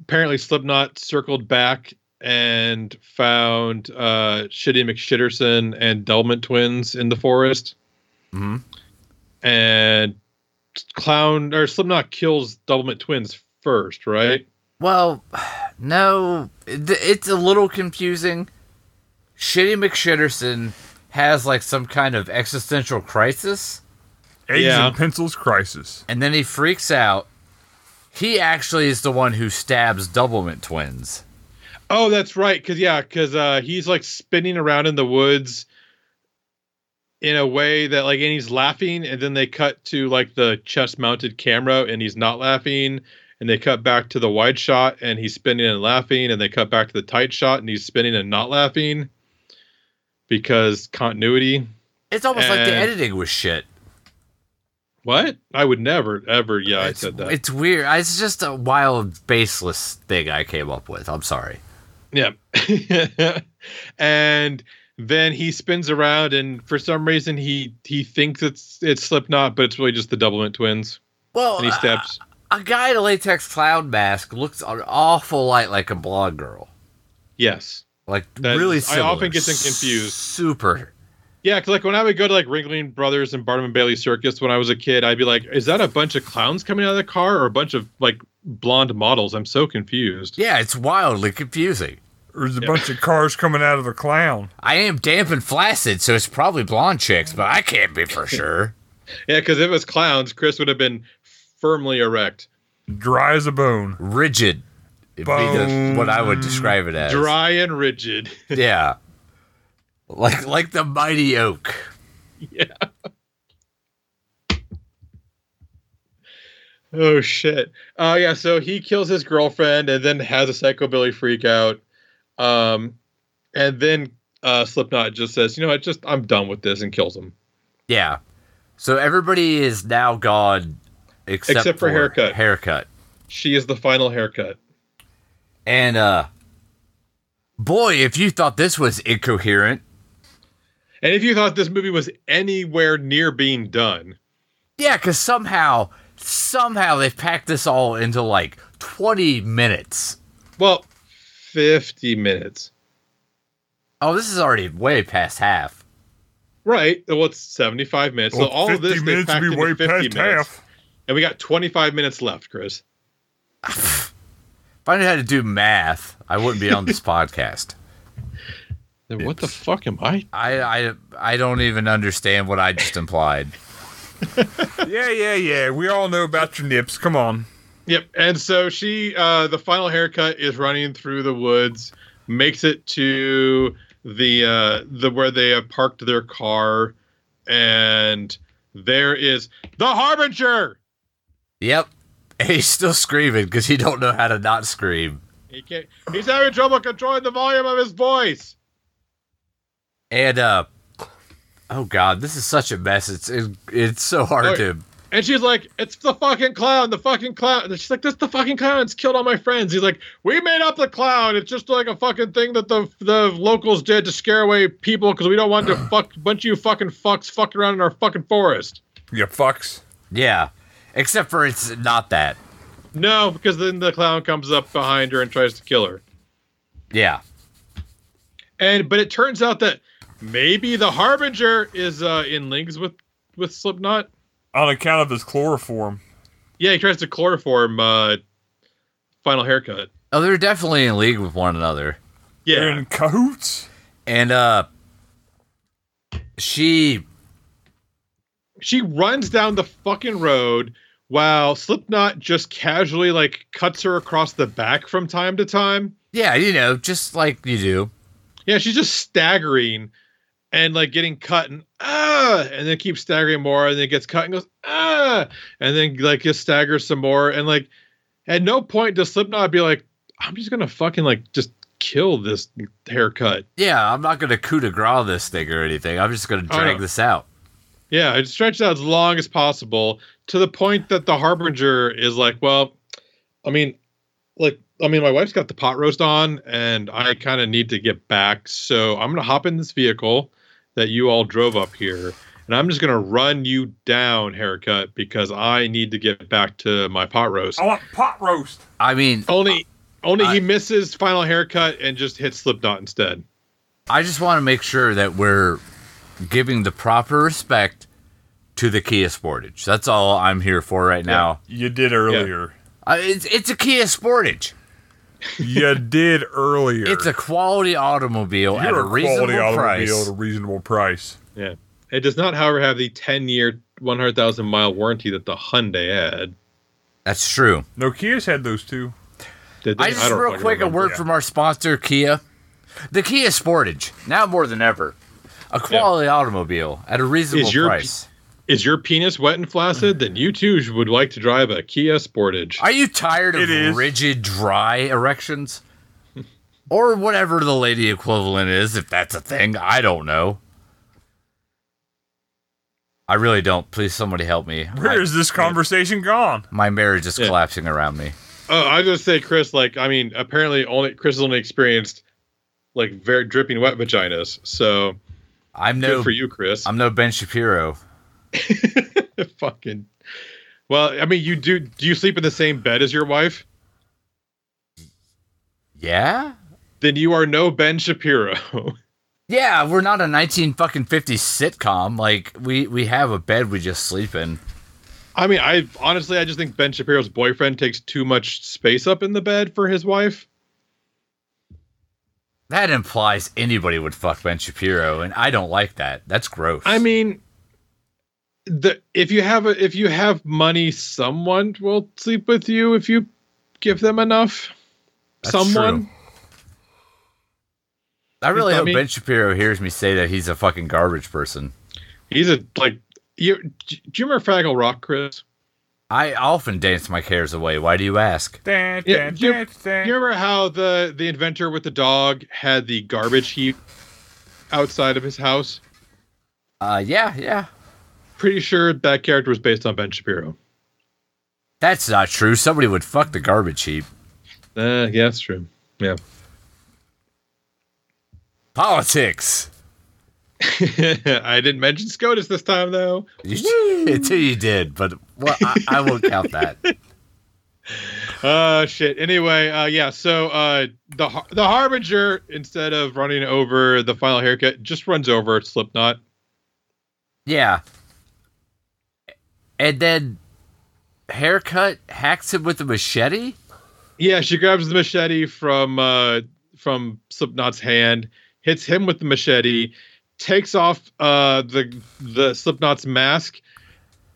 [SPEAKER 3] apparently Slipknot circled back and found uh, Shitty McShitterson and Doublemint twins in the forest
[SPEAKER 1] hmm
[SPEAKER 3] and clown or Slipknot kills Doublemint Twins first, right?
[SPEAKER 1] Well, no, it- it's a little confusing. Shitty McShitterson has like some kind of existential crisis.
[SPEAKER 2] Eggs
[SPEAKER 3] yeah.
[SPEAKER 2] and pencils crisis.
[SPEAKER 1] and then he freaks out. He actually is the one who stabs Doublemint twins.
[SPEAKER 3] Oh, that's right. Because yeah, because uh, he's like spinning around in the woods in a way that like, and he's laughing, and then they cut to like the chest-mounted camera, and he's not laughing, and they cut back to the wide shot, and he's spinning and laughing, and they cut back to the tight shot, and he's spinning and not laughing because continuity.
[SPEAKER 1] It's almost like the
[SPEAKER 3] And-
[SPEAKER 1] editing was shit.
[SPEAKER 3] What? I would never, ever. Yeah, I
[SPEAKER 1] it's,
[SPEAKER 3] said that.
[SPEAKER 1] It's weird. It's just a wild, baseless thing I came up with. I'm sorry.
[SPEAKER 3] Yeah. and then he spins around and for some reason he he thinks it's it's Slipknot, but it's really just the Doublemint twins.
[SPEAKER 1] Well,
[SPEAKER 3] And he steps.
[SPEAKER 1] a, a guy in a latex clown mask looks an awful lot like a blonde girl.
[SPEAKER 3] Yes.
[SPEAKER 1] Like
[SPEAKER 3] That
[SPEAKER 1] really
[SPEAKER 3] is- I
[SPEAKER 1] similar.
[SPEAKER 3] often get them confused.
[SPEAKER 1] Super.
[SPEAKER 3] Yeah, 'cause, like when I would go to like Ringling Brothers and Barnum and Bailey Circus when I was a kid, I'd be like, "Is that a bunch of clowns coming out of the car or a bunch of like blonde models?" I'm so confused.
[SPEAKER 1] Yeah, it's wildly confusing.
[SPEAKER 2] There's a bunch of cars coming out of the clown.
[SPEAKER 1] I am damp and flaccid, so it's probably blonde chicks, but I can't be for sure.
[SPEAKER 3] Yeah, because if it was clowns, Chris would have been firmly erect,
[SPEAKER 2] Dry as a bone.
[SPEAKER 1] Rigid. It'd be the- what I would describe it as.
[SPEAKER 3] dry and rigid.
[SPEAKER 1] Yeah. Like like the mighty oak.
[SPEAKER 3] Oh shit. Uh yeah, so he kills his girlfriend and then has a psychobilly freak out. Um and then uh Slipknot just says, "You know, what, just I'm done with this" and kills him.
[SPEAKER 1] Yeah. So everybody is now gone except,
[SPEAKER 3] Except for haircut.
[SPEAKER 1] Haircut.
[SPEAKER 3] She is the final haircut.
[SPEAKER 1] And uh boy, if you thought this was incoherent.
[SPEAKER 3] And if you thought this movie was anywhere near being done,
[SPEAKER 1] Yeah, cuz somehow somehow they've packed this all into like 20 minutes.
[SPEAKER 3] well, 50 minutes.
[SPEAKER 1] Oh, this is already way past half.
[SPEAKER 3] Right. Well, it's 75 minutes.
[SPEAKER 2] Well,
[SPEAKER 3] so all of this they
[SPEAKER 2] minutes would
[SPEAKER 3] packed
[SPEAKER 2] be
[SPEAKER 3] into
[SPEAKER 2] way
[SPEAKER 3] 50
[SPEAKER 2] past
[SPEAKER 3] minutes.
[SPEAKER 2] half.
[SPEAKER 3] And we got 25 minutes left, Chris.
[SPEAKER 1] If I knew how to do math, I wouldn't be on this podcast.
[SPEAKER 3] Then what the fuck am I?
[SPEAKER 1] I, I I don't even understand what I just implied.
[SPEAKER 2] Yeah, yeah, yeah. We all know about your nips. Come on.
[SPEAKER 3] Yep. And so she, uh, the final haircut is running through the woods, makes it to the uh, the where they have parked their car, and there is the harbinger.
[SPEAKER 1] Yep. He's still screaming because he don't know how to not scream.
[SPEAKER 3] He can't, he's having trouble controlling the volume of his voice.
[SPEAKER 1] And uh oh god, this is such a mess. It's it, it's so hard
[SPEAKER 3] Alright.
[SPEAKER 1] to
[SPEAKER 3] And she's like, "It's the fucking clown, the fucking clown." And she's like, "That's the fucking clown. It's killed all my friends." He's like, "We made up the clown. It's just like a fucking thing that the the locals did to scare away people because we don't want to fuck bunch of you fucking fucks fucking around in our fucking forest."
[SPEAKER 2] You fucks.
[SPEAKER 1] yeah. Except for it's not that.
[SPEAKER 3] No, because then the clown comes up behind her and tries to kill her.
[SPEAKER 1] Yeah.
[SPEAKER 3] And but it turns out that maybe the harbinger is uh, in links with with Slipknot.
[SPEAKER 2] On account of this chloroform.
[SPEAKER 3] Yeah, he tries to chloroform uh, final haircut.
[SPEAKER 1] Oh, they're definitely in league with one another.
[SPEAKER 2] They're
[SPEAKER 3] Yeah,
[SPEAKER 2] in cahoots.
[SPEAKER 1] And uh she
[SPEAKER 3] she runs down the fucking road while Slipknot just casually like cuts her across the back from time to time.
[SPEAKER 1] yeah, you know, just like you do.
[SPEAKER 3] Yeah, she's just staggering and like getting cut and ah, and then keeps staggering more and then gets cut and goes ah, and then like just staggers some more and like at no point does Slipknot be like, I'm just gonna fucking like just kill this haircut.
[SPEAKER 1] Yeah, I'm not gonna coup de grace this thing or anything. I'm just gonna
[SPEAKER 3] Oh,
[SPEAKER 1] drag
[SPEAKER 3] no.
[SPEAKER 1] this out.
[SPEAKER 3] Yeah, it stretches out as long as possible to the point that the harbinger is like, well, I mean, like, I mean, my wife's got the pot roast on, and I kind of need to get back, so I'm gonna hop in this vehicle that you all drove up here, and I'm just gonna run you down, haircut, because I need to get back to my pot roast.
[SPEAKER 2] I want pot roast.
[SPEAKER 1] I mean,
[SPEAKER 3] Only, only
[SPEAKER 1] I-
[SPEAKER 3] he misses final haircut and just hits Slipknot instead.
[SPEAKER 1] I just want to make sure that we're giving the proper respect to the Kia Sportage. That's all I'm here for right now.
[SPEAKER 2] You did earlier.
[SPEAKER 1] Uh, it's, it's a Kia Sportage.
[SPEAKER 2] you did earlier.
[SPEAKER 1] It's a quality automobile at a,
[SPEAKER 2] You're
[SPEAKER 1] reasonable price.
[SPEAKER 2] at a reasonable price.
[SPEAKER 3] Yeah. It does not, however, have the 10 year, 100,000 mile warranty that the Hyundai had.
[SPEAKER 1] That's true.
[SPEAKER 2] No, Kia's had those two.
[SPEAKER 3] Did they?
[SPEAKER 1] I just
[SPEAKER 3] don't
[SPEAKER 1] real
[SPEAKER 3] fucking
[SPEAKER 1] quick a
[SPEAKER 3] remember.
[SPEAKER 1] word
[SPEAKER 2] yeah.
[SPEAKER 1] from our sponsor Kia. The Kia Sportage now more than ever, a quality automobile at a reasonable
[SPEAKER 3] your-
[SPEAKER 1] price.
[SPEAKER 3] Is your penis wet and flaccid? Then you too would like to drive a Kia Sportage.
[SPEAKER 1] Are you tired of
[SPEAKER 2] It is.
[SPEAKER 1] rigid, dry erections? Or whatever the lady equivalent is, if that's a thing. I don't know. I really don't. Please, somebody help me.
[SPEAKER 2] Where
[SPEAKER 1] I-
[SPEAKER 2] is this conversation gone?
[SPEAKER 1] my marriage is
[SPEAKER 3] Yeah.
[SPEAKER 1] collapsing around me.
[SPEAKER 3] Uh, I just say, Chris. Like, I mean, apparently, only Chris has only experienced like very dripping wet vaginas. So
[SPEAKER 1] I'm
[SPEAKER 3] good
[SPEAKER 1] no,
[SPEAKER 3] for you, Chris.
[SPEAKER 1] I'm no Ben Shapiro.
[SPEAKER 3] Fucking. Well, I mean, you do. Do you sleep in the same bed as your wife?
[SPEAKER 1] Yeah,
[SPEAKER 3] Then you are no Ben Shapiro.
[SPEAKER 1] yeah. We're not a 19 fucking 50 sitcom. Like we we have a bed we just sleep in.
[SPEAKER 3] I mean, I honestly, I just think Ben Shapiro's boyfriend takes too much space up in the bed for his wife.
[SPEAKER 1] That implies anybody would fuck Ben Shapiro, and I don't like that. That's gross.
[SPEAKER 3] I mean, the if you have a, if you have money, someone will sleep with you if you give them enough.
[SPEAKER 1] That's
[SPEAKER 3] someone.
[SPEAKER 1] true. I really
[SPEAKER 3] I
[SPEAKER 1] hope
[SPEAKER 3] mean-
[SPEAKER 1] Ben Shapiro hears me say that he's a fucking garbage person.
[SPEAKER 3] He's a like you. Do you remember Fraggle Rock, Chris?
[SPEAKER 1] I often dance my cares away. Why do you ask?
[SPEAKER 2] Dan,
[SPEAKER 3] Yeah,
[SPEAKER 2] dan,
[SPEAKER 3] do you-
[SPEAKER 2] dan,
[SPEAKER 3] Do
[SPEAKER 2] dan.
[SPEAKER 3] you remember how the the inventor with the dog had the garbage heap outside of his house?
[SPEAKER 1] Uh, yeah, yeah.
[SPEAKER 3] Pretty sure that character was based on Ben Shapiro.
[SPEAKER 1] That's not true. Somebody would fuck the garbage heap.
[SPEAKER 3] Uh, yeah, that's true. Yeah.
[SPEAKER 1] Politics.
[SPEAKER 3] I didn't mention SCOTUS this time though.
[SPEAKER 1] You, until you did, but well, I, I won't count that.
[SPEAKER 3] Uh shit. Anyway, uh yeah, so uh the har- the harbinger instead of running over the final haircut just runs over Slipknot.
[SPEAKER 1] Yeah. And then haircut hacks him with a machete.
[SPEAKER 3] Yeah, she grabs the machete from uh from Slipknot's hand, hits him with the machete, takes off uh the the Slipknot's mask,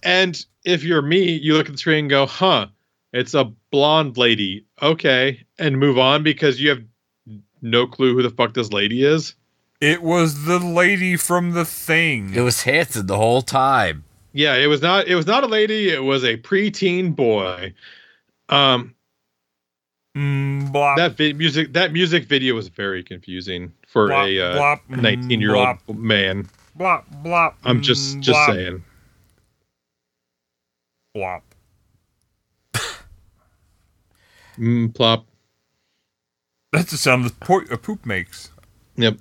[SPEAKER 3] and if you're me, you look at the screen and go, "Huh, it's a blonde lady." Okay, and move on because you have no clue who the fuck this lady is.
[SPEAKER 2] It was the lady from the
[SPEAKER 1] It
[SPEAKER 2] thing.
[SPEAKER 1] was Hanson the whole time.
[SPEAKER 3] Yeah, it was not it was not a lady, it was a preteen boy. Um
[SPEAKER 2] Mm, blop,
[SPEAKER 3] that vi- music that music video was very confusing for
[SPEAKER 2] blop,
[SPEAKER 3] a uh,
[SPEAKER 2] blop, mm,
[SPEAKER 3] 19 year old
[SPEAKER 2] blop,
[SPEAKER 3] man.
[SPEAKER 2] Blop, blop.
[SPEAKER 3] I'm
[SPEAKER 2] mm,
[SPEAKER 3] just just
[SPEAKER 2] blop,
[SPEAKER 3] saying.
[SPEAKER 2] Blop.
[SPEAKER 3] Mm, plop.
[SPEAKER 2] That's the sound the po- a poop makes.
[SPEAKER 3] Yep.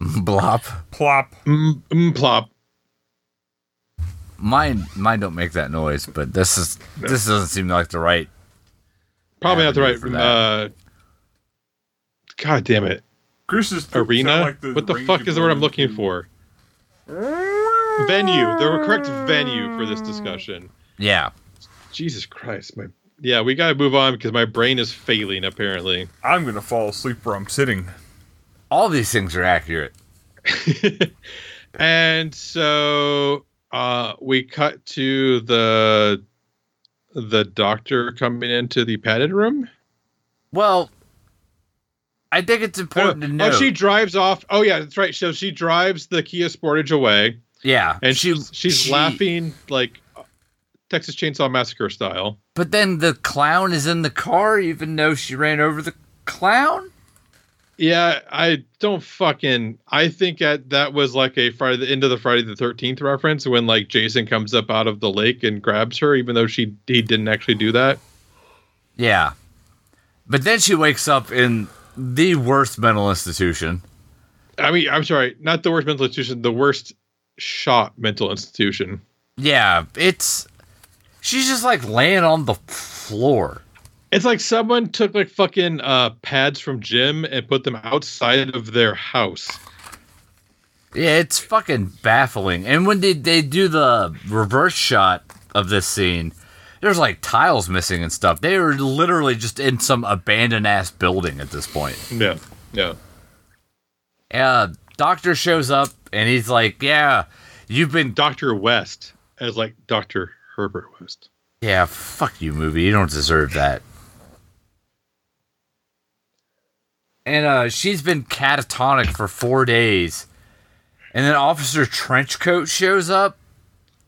[SPEAKER 1] Blop.
[SPEAKER 2] Plop.
[SPEAKER 3] Mm, mm, plop.
[SPEAKER 1] Mine, mine don't make that noise, but this is this doesn't seem like the right
[SPEAKER 3] Probably not the
[SPEAKER 1] Avenue for
[SPEAKER 3] right. Uh, God damn it!
[SPEAKER 2] Chris is
[SPEAKER 3] Arena.
[SPEAKER 2] sound like
[SPEAKER 3] what the
[SPEAKER 2] Rings
[SPEAKER 3] fuck
[SPEAKER 2] of
[SPEAKER 3] is the word I'm
[SPEAKER 2] Rings.
[SPEAKER 3] looking for? Venue. The correct venue for this discussion.
[SPEAKER 1] Yeah.
[SPEAKER 3] Jesus Christ, my. Yeah, we gotta move on because my brain is failing. Apparently,
[SPEAKER 2] I'm gonna fall asleep where I'm sitting.
[SPEAKER 1] All these things are accurate.
[SPEAKER 3] and so uh, we cut to the the doctor coming into the padded room.
[SPEAKER 1] Well, I think it's important to
[SPEAKER 3] Oh,
[SPEAKER 1] note.
[SPEAKER 3] she drives off. Oh yeah, that's right. So she drives the Kia Sportage away,
[SPEAKER 1] yeah,
[SPEAKER 3] and she, she's
[SPEAKER 1] she-
[SPEAKER 3] laughing like Texas Chainsaw Massacre style.
[SPEAKER 1] But then the clown is in the car, even though she ran over the clown.
[SPEAKER 3] Yeah, I don't fucking. I think that that was like a Friday, the end of the Friday the Thirteenth reference when like Jason comes up out of the lake and grabs her, even though she he didn't actually do that.
[SPEAKER 1] Yeah, but then she wakes up in the worst mental institution.
[SPEAKER 3] I mean, I'm sorry, not the worst mental institution, the worst shot mental institution.
[SPEAKER 1] Yeah, it's she's just like laying on the floor.
[SPEAKER 3] It's like someone took like fucking uh, pads from gym and put them outside of their house.
[SPEAKER 1] Yeah, it's fucking baffling. And when they, they do the reverse shot of this scene, there's like tiles missing and stuff. They are literally just in some abandoned ass building at this point.
[SPEAKER 3] Yeah, yeah.
[SPEAKER 1] Uh, doctor shows up and he's like, "Yeah, you've been
[SPEAKER 3] Doctor West as like Doctor Herbert West.
[SPEAKER 1] yeah, fuck you, movie. You don't deserve that." and uh, she's been catatonic for four days. And then Officer Trenchcoat shows up.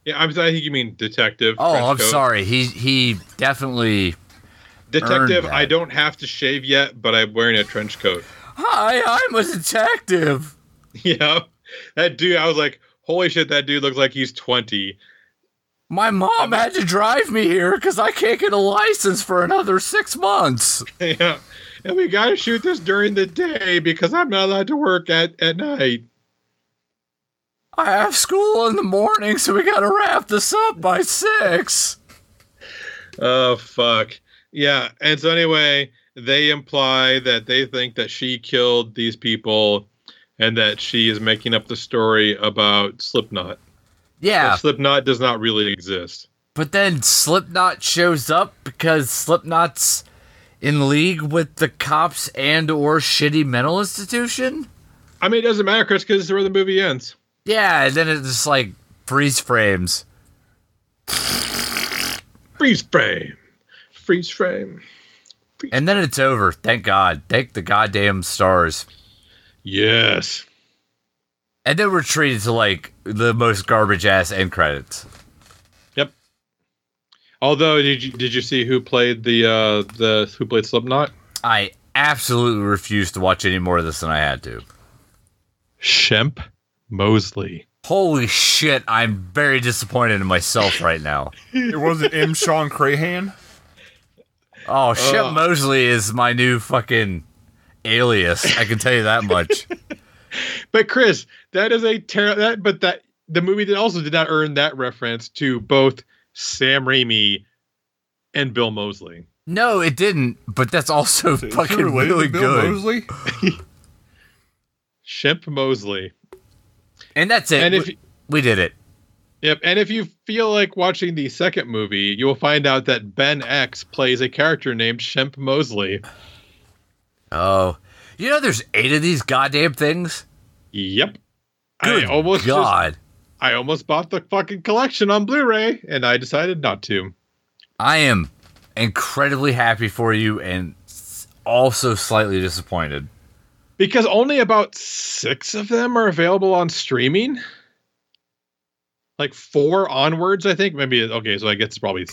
[SPEAKER 3] Yeah, I'm sorry. I think you mean detective.
[SPEAKER 1] Oh, I'm
[SPEAKER 3] Trenchcoat.
[SPEAKER 1] sorry. He he definitely.
[SPEAKER 3] Detective,
[SPEAKER 1] Earned that.
[SPEAKER 3] I don't have to shave yet, but I'm wearing a trench coat.
[SPEAKER 1] Hi, I'm a detective.
[SPEAKER 3] yeah. That dude, I was like, holy shit, that dude looks like he's 20.
[SPEAKER 1] My mom had to drive me here because I can't get a license for another six months.
[SPEAKER 3] yeah. And we got to shoot this during the day because I'm not allowed to work at, at night.
[SPEAKER 1] I have school in the morning, so we gotta wrap this up by six.
[SPEAKER 3] Oh, fuck. Yeah. And so, anyway, they imply that they think that she killed these people and that she is making up the story about Slipknot.
[SPEAKER 1] Yeah,
[SPEAKER 3] But Slipknot does not really exist.
[SPEAKER 1] But then Slipknot shows up because Slipknot's in league with the cops and or shitty mental institution.
[SPEAKER 3] I mean, it doesn't matter, Chris, because this is where the movie ends.
[SPEAKER 1] Yeah, and then it just like freeze frames.
[SPEAKER 3] Freeze frame. Freeze frame.
[SPEAKER 1] And then it's over. Thank God. Thank the goddamn stars.
[SPEAKER 3] Yes.
[SPEAKER 1] And then we're treated to like the most garbage ass end credits.
[SPEAKER 3] Although, did you did you see who played the uh the who played Slipknot?
[SPEAKER 1] I absolutely refuse to watch any more of this than I had to.
[SPEAKER 3] Shemp Mosley.
[SPEAKER 1] Holy shit, I'm very disappointed in myself right now.
[SPEAKER 2] It wasn't M. Sean Crahan.
[SPEAKER 1] Oh, Shep
[SPEAKER 3] Ugh.
[SPEAKER 1] Mosley is my new fucking alias. I can tell you that much.
[SPEAKER 3] But Chris, that is a terrible. That but that the movie that also did not earn that reference to both Sam Raimi and Bill Mosley.
[SPEAKER 1] no, it didn't, but that's also
[SPEAKER 2] Is he
[SPEAKER 1] fucking
[SPEAKER 2] related to
[SPEAKER 1] really
[SPEAKER 2] Bill
[SPEAKER 1] good.
[SPEAKER 2] Moseley?
[SPEAKER 3] Shemp Mosley.
[SPEAKER 1] And that's it.
[SPEAKER 3] And if
[SPEAKER 1] we, we did it.
[SPEAKER 3] Yep. And if you feel like watching the second movie, you will find out that Ben X plays a character named Shemp Mosley.
[SPEAKER 1] Oh. You know there's eight of these goddamn things?
[SPEAKER 3] Yep.
[SPEAKER 1] Good
[SPEAKER 3] I almost just-
[SPEAKER 1] God.
[SPEAKER 3] I almost bought the fucking collection on Blu-ray and I decided not to.
[SPEAKER 1] I am incredibly happy for you and s- also slightly disappointed.
[SPEAKER 3] Because only about 6 of them are available on streaming. Like 4 onwards, I think. Maybe okay, so I guess it's probably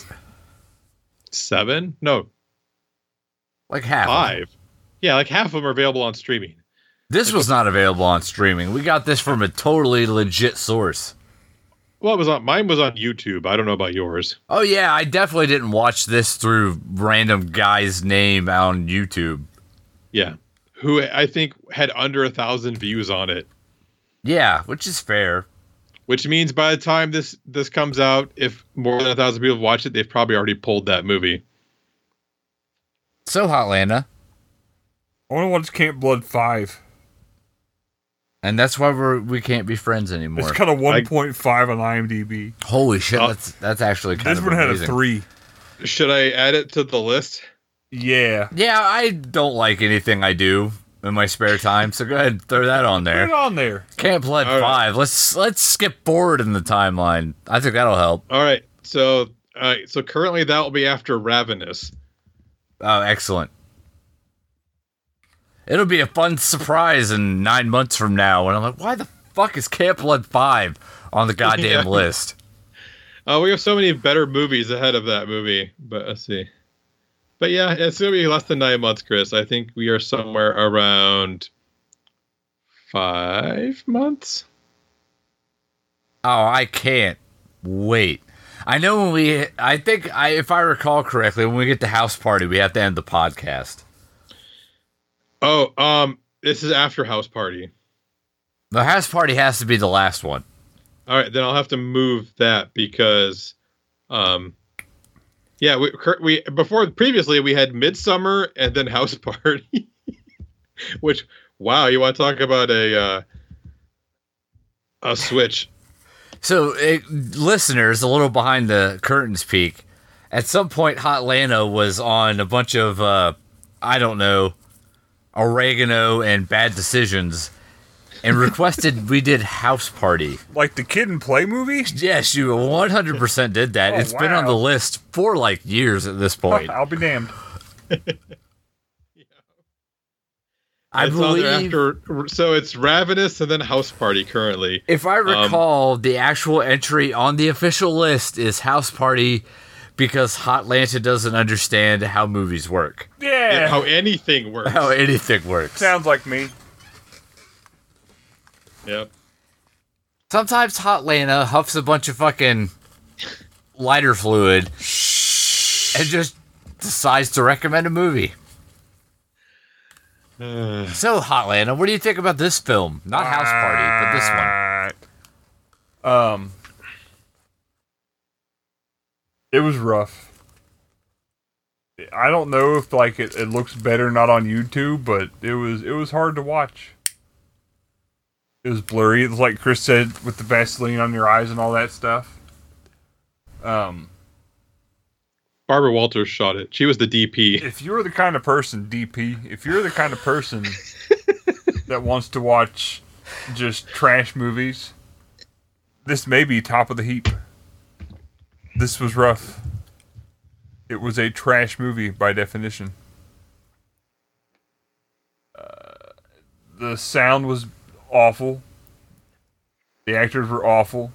[SPEAKER 3] 7? No,
[SPEAKER 1] Like half. of them.
[SPEAKER 3] 5. Yeah, like half of them are available on streaming.
[SPEAKER 1] This was not available on streaming. We got this from a totally legit source.
[SPEAKER 3] Well, it was on mine was on YouTube. I don't know about yours.
[SPEAKER 1] Oh yeah, I definitely didn't watch this through random guy's name on YouTube.
[SPEAKER 3] Yeah. Who I think had under a thousand views on it.
[SPEAKER 1] Yeah, which is fair.
[SPEAKER 3] Which means by the time this this comes out, if more than a thousand people have watched it, they've probably already pulled that movie.
[SPEAKER 1] So Hotlanta,
[SPEAKER 2] I want to watch Camp Blood 5.
[SPEAKER 1] and that's why we're we can't be friends anymore.
[SPEAKER 2] It's got a
[SPEAKER 3] I-
[SPEAKER 2] 1.5 on IMDb.
[SPEAKER 1] Holy shit,
[SPEAKER 3] Oh.
[SPEAKER 1] that's that's actually kind
[SPEAKER 2] This
[SPEAKER 1] of
[SPEAKER 2] one had a
[SPEAKER 1] amazing.
[SPEAKER 2] 3.
[SPEAKER 3] Should I add it to the list?
[SPEAKER 2] Yeah.
[SPEAKER 1] Yeah, I don't like anything I do in my spare time, so go ahead and throw that on
[SPEAKER 2] Put it
[SPEAKER 1] there.
[SPEAKER 2] on there.
[SPEAKER 1] Can't play
[SPEAKER 3] All right.
[SPEAKER 1] five. Let's let's skip forward in the timeline. I think that'll help.
[SPEAKER 3] All right. So all right. So currently that will be after Ravenous.
[SPEAKER 1] Oh, excellent. It'll be a fun surprise in nine months from now when I'm like, why the fuck is Camp Blood 5 on the goddamn
[SPEAKER 3] Yeah.
[SPEAKER 1] list?
[SPEAKER 3] Uh, we have so many better movies ahead of that movie, but let's see. But yeah, it's gonna be less than nine months, Chris. I think we are somewhere around five months.
[SPEAKER 1] Oh, I can't wait. I know when we, I think, I, if I recall correctly, when we get to House Party, we have to end the podcast.
[SPEAKER 3] Oh, um, this is after House Party.
[SPEAKER 1] The House Party has to be the last one.
[SPEAKER 3] All right, then I'll have to move that because, um, yeah, we cur- we before previously we had Midsummer and then House Party, which wow, you want to talk about a uh, a switch?
[SPEAKER 1] So, it, listeners, a little behind the curtains peek, at some point, Hot Lano was on a bunch of, uh, I don't know, oregano and bad decisions and requested we did House Party.
[SPEAKER 2] Like the Kid and Play movie?
[SPEAKER 1] Yes, you 100% did that.
[SPEAKER 2] Oh,
[SPEAKER 1] It's been on
[SPEAKER 2] wow.
[SPEAKER 1] the list for like years at this point.
[SPEAKER 2] I'll be damned.
[SPEAKER 1] I
[SPEAKER 3] it's on
[SPEAKER 1] believe,
[SPEAKER 3] there after. So it's Ravenous and then House Party currently.
[SPEAKER 1] if
[SPEAKER 2] Um,
[SPEAKER 1] I recall, the actual entry on the official list is House Party because Hotlanta doesn't understand how movies work,
[SPEAKER 2] Yeah.
[SPEAKER 3] And how anything works.
[SPEAKER 1] Eh. how anything works.
[SPEAKER 2] Sounds like me.
[SPEAKER 3] Yep.
[SPEAKER 1] Sometimes Hotlanta huffs a bunch of fucking lighter fluid and just decides to recommend a movie. So, Hotlanta, what do you think about this film? Not House Party, but this
[SPEAKER 2] Ah.
[SPEAKER 1] one.
[SPEAKER 2] one. Um, it was rough. I don't know if like it, it looks better not on YouTube, but it was it was hard to watch. It was blurry. It was like Chris said with the Vaseline on your eyes and all that stuff. Um,
[SPEAKER 3] Barbara Walters shot it. She was the DP.
[SPEAKER 2] if you're the kind of person, DP, if you're the kind of person that wants to watch just trash movies, this may be top of the heap. This was rough. It was a trash movie by definition. Uh, the sound was awful. The actors were awful.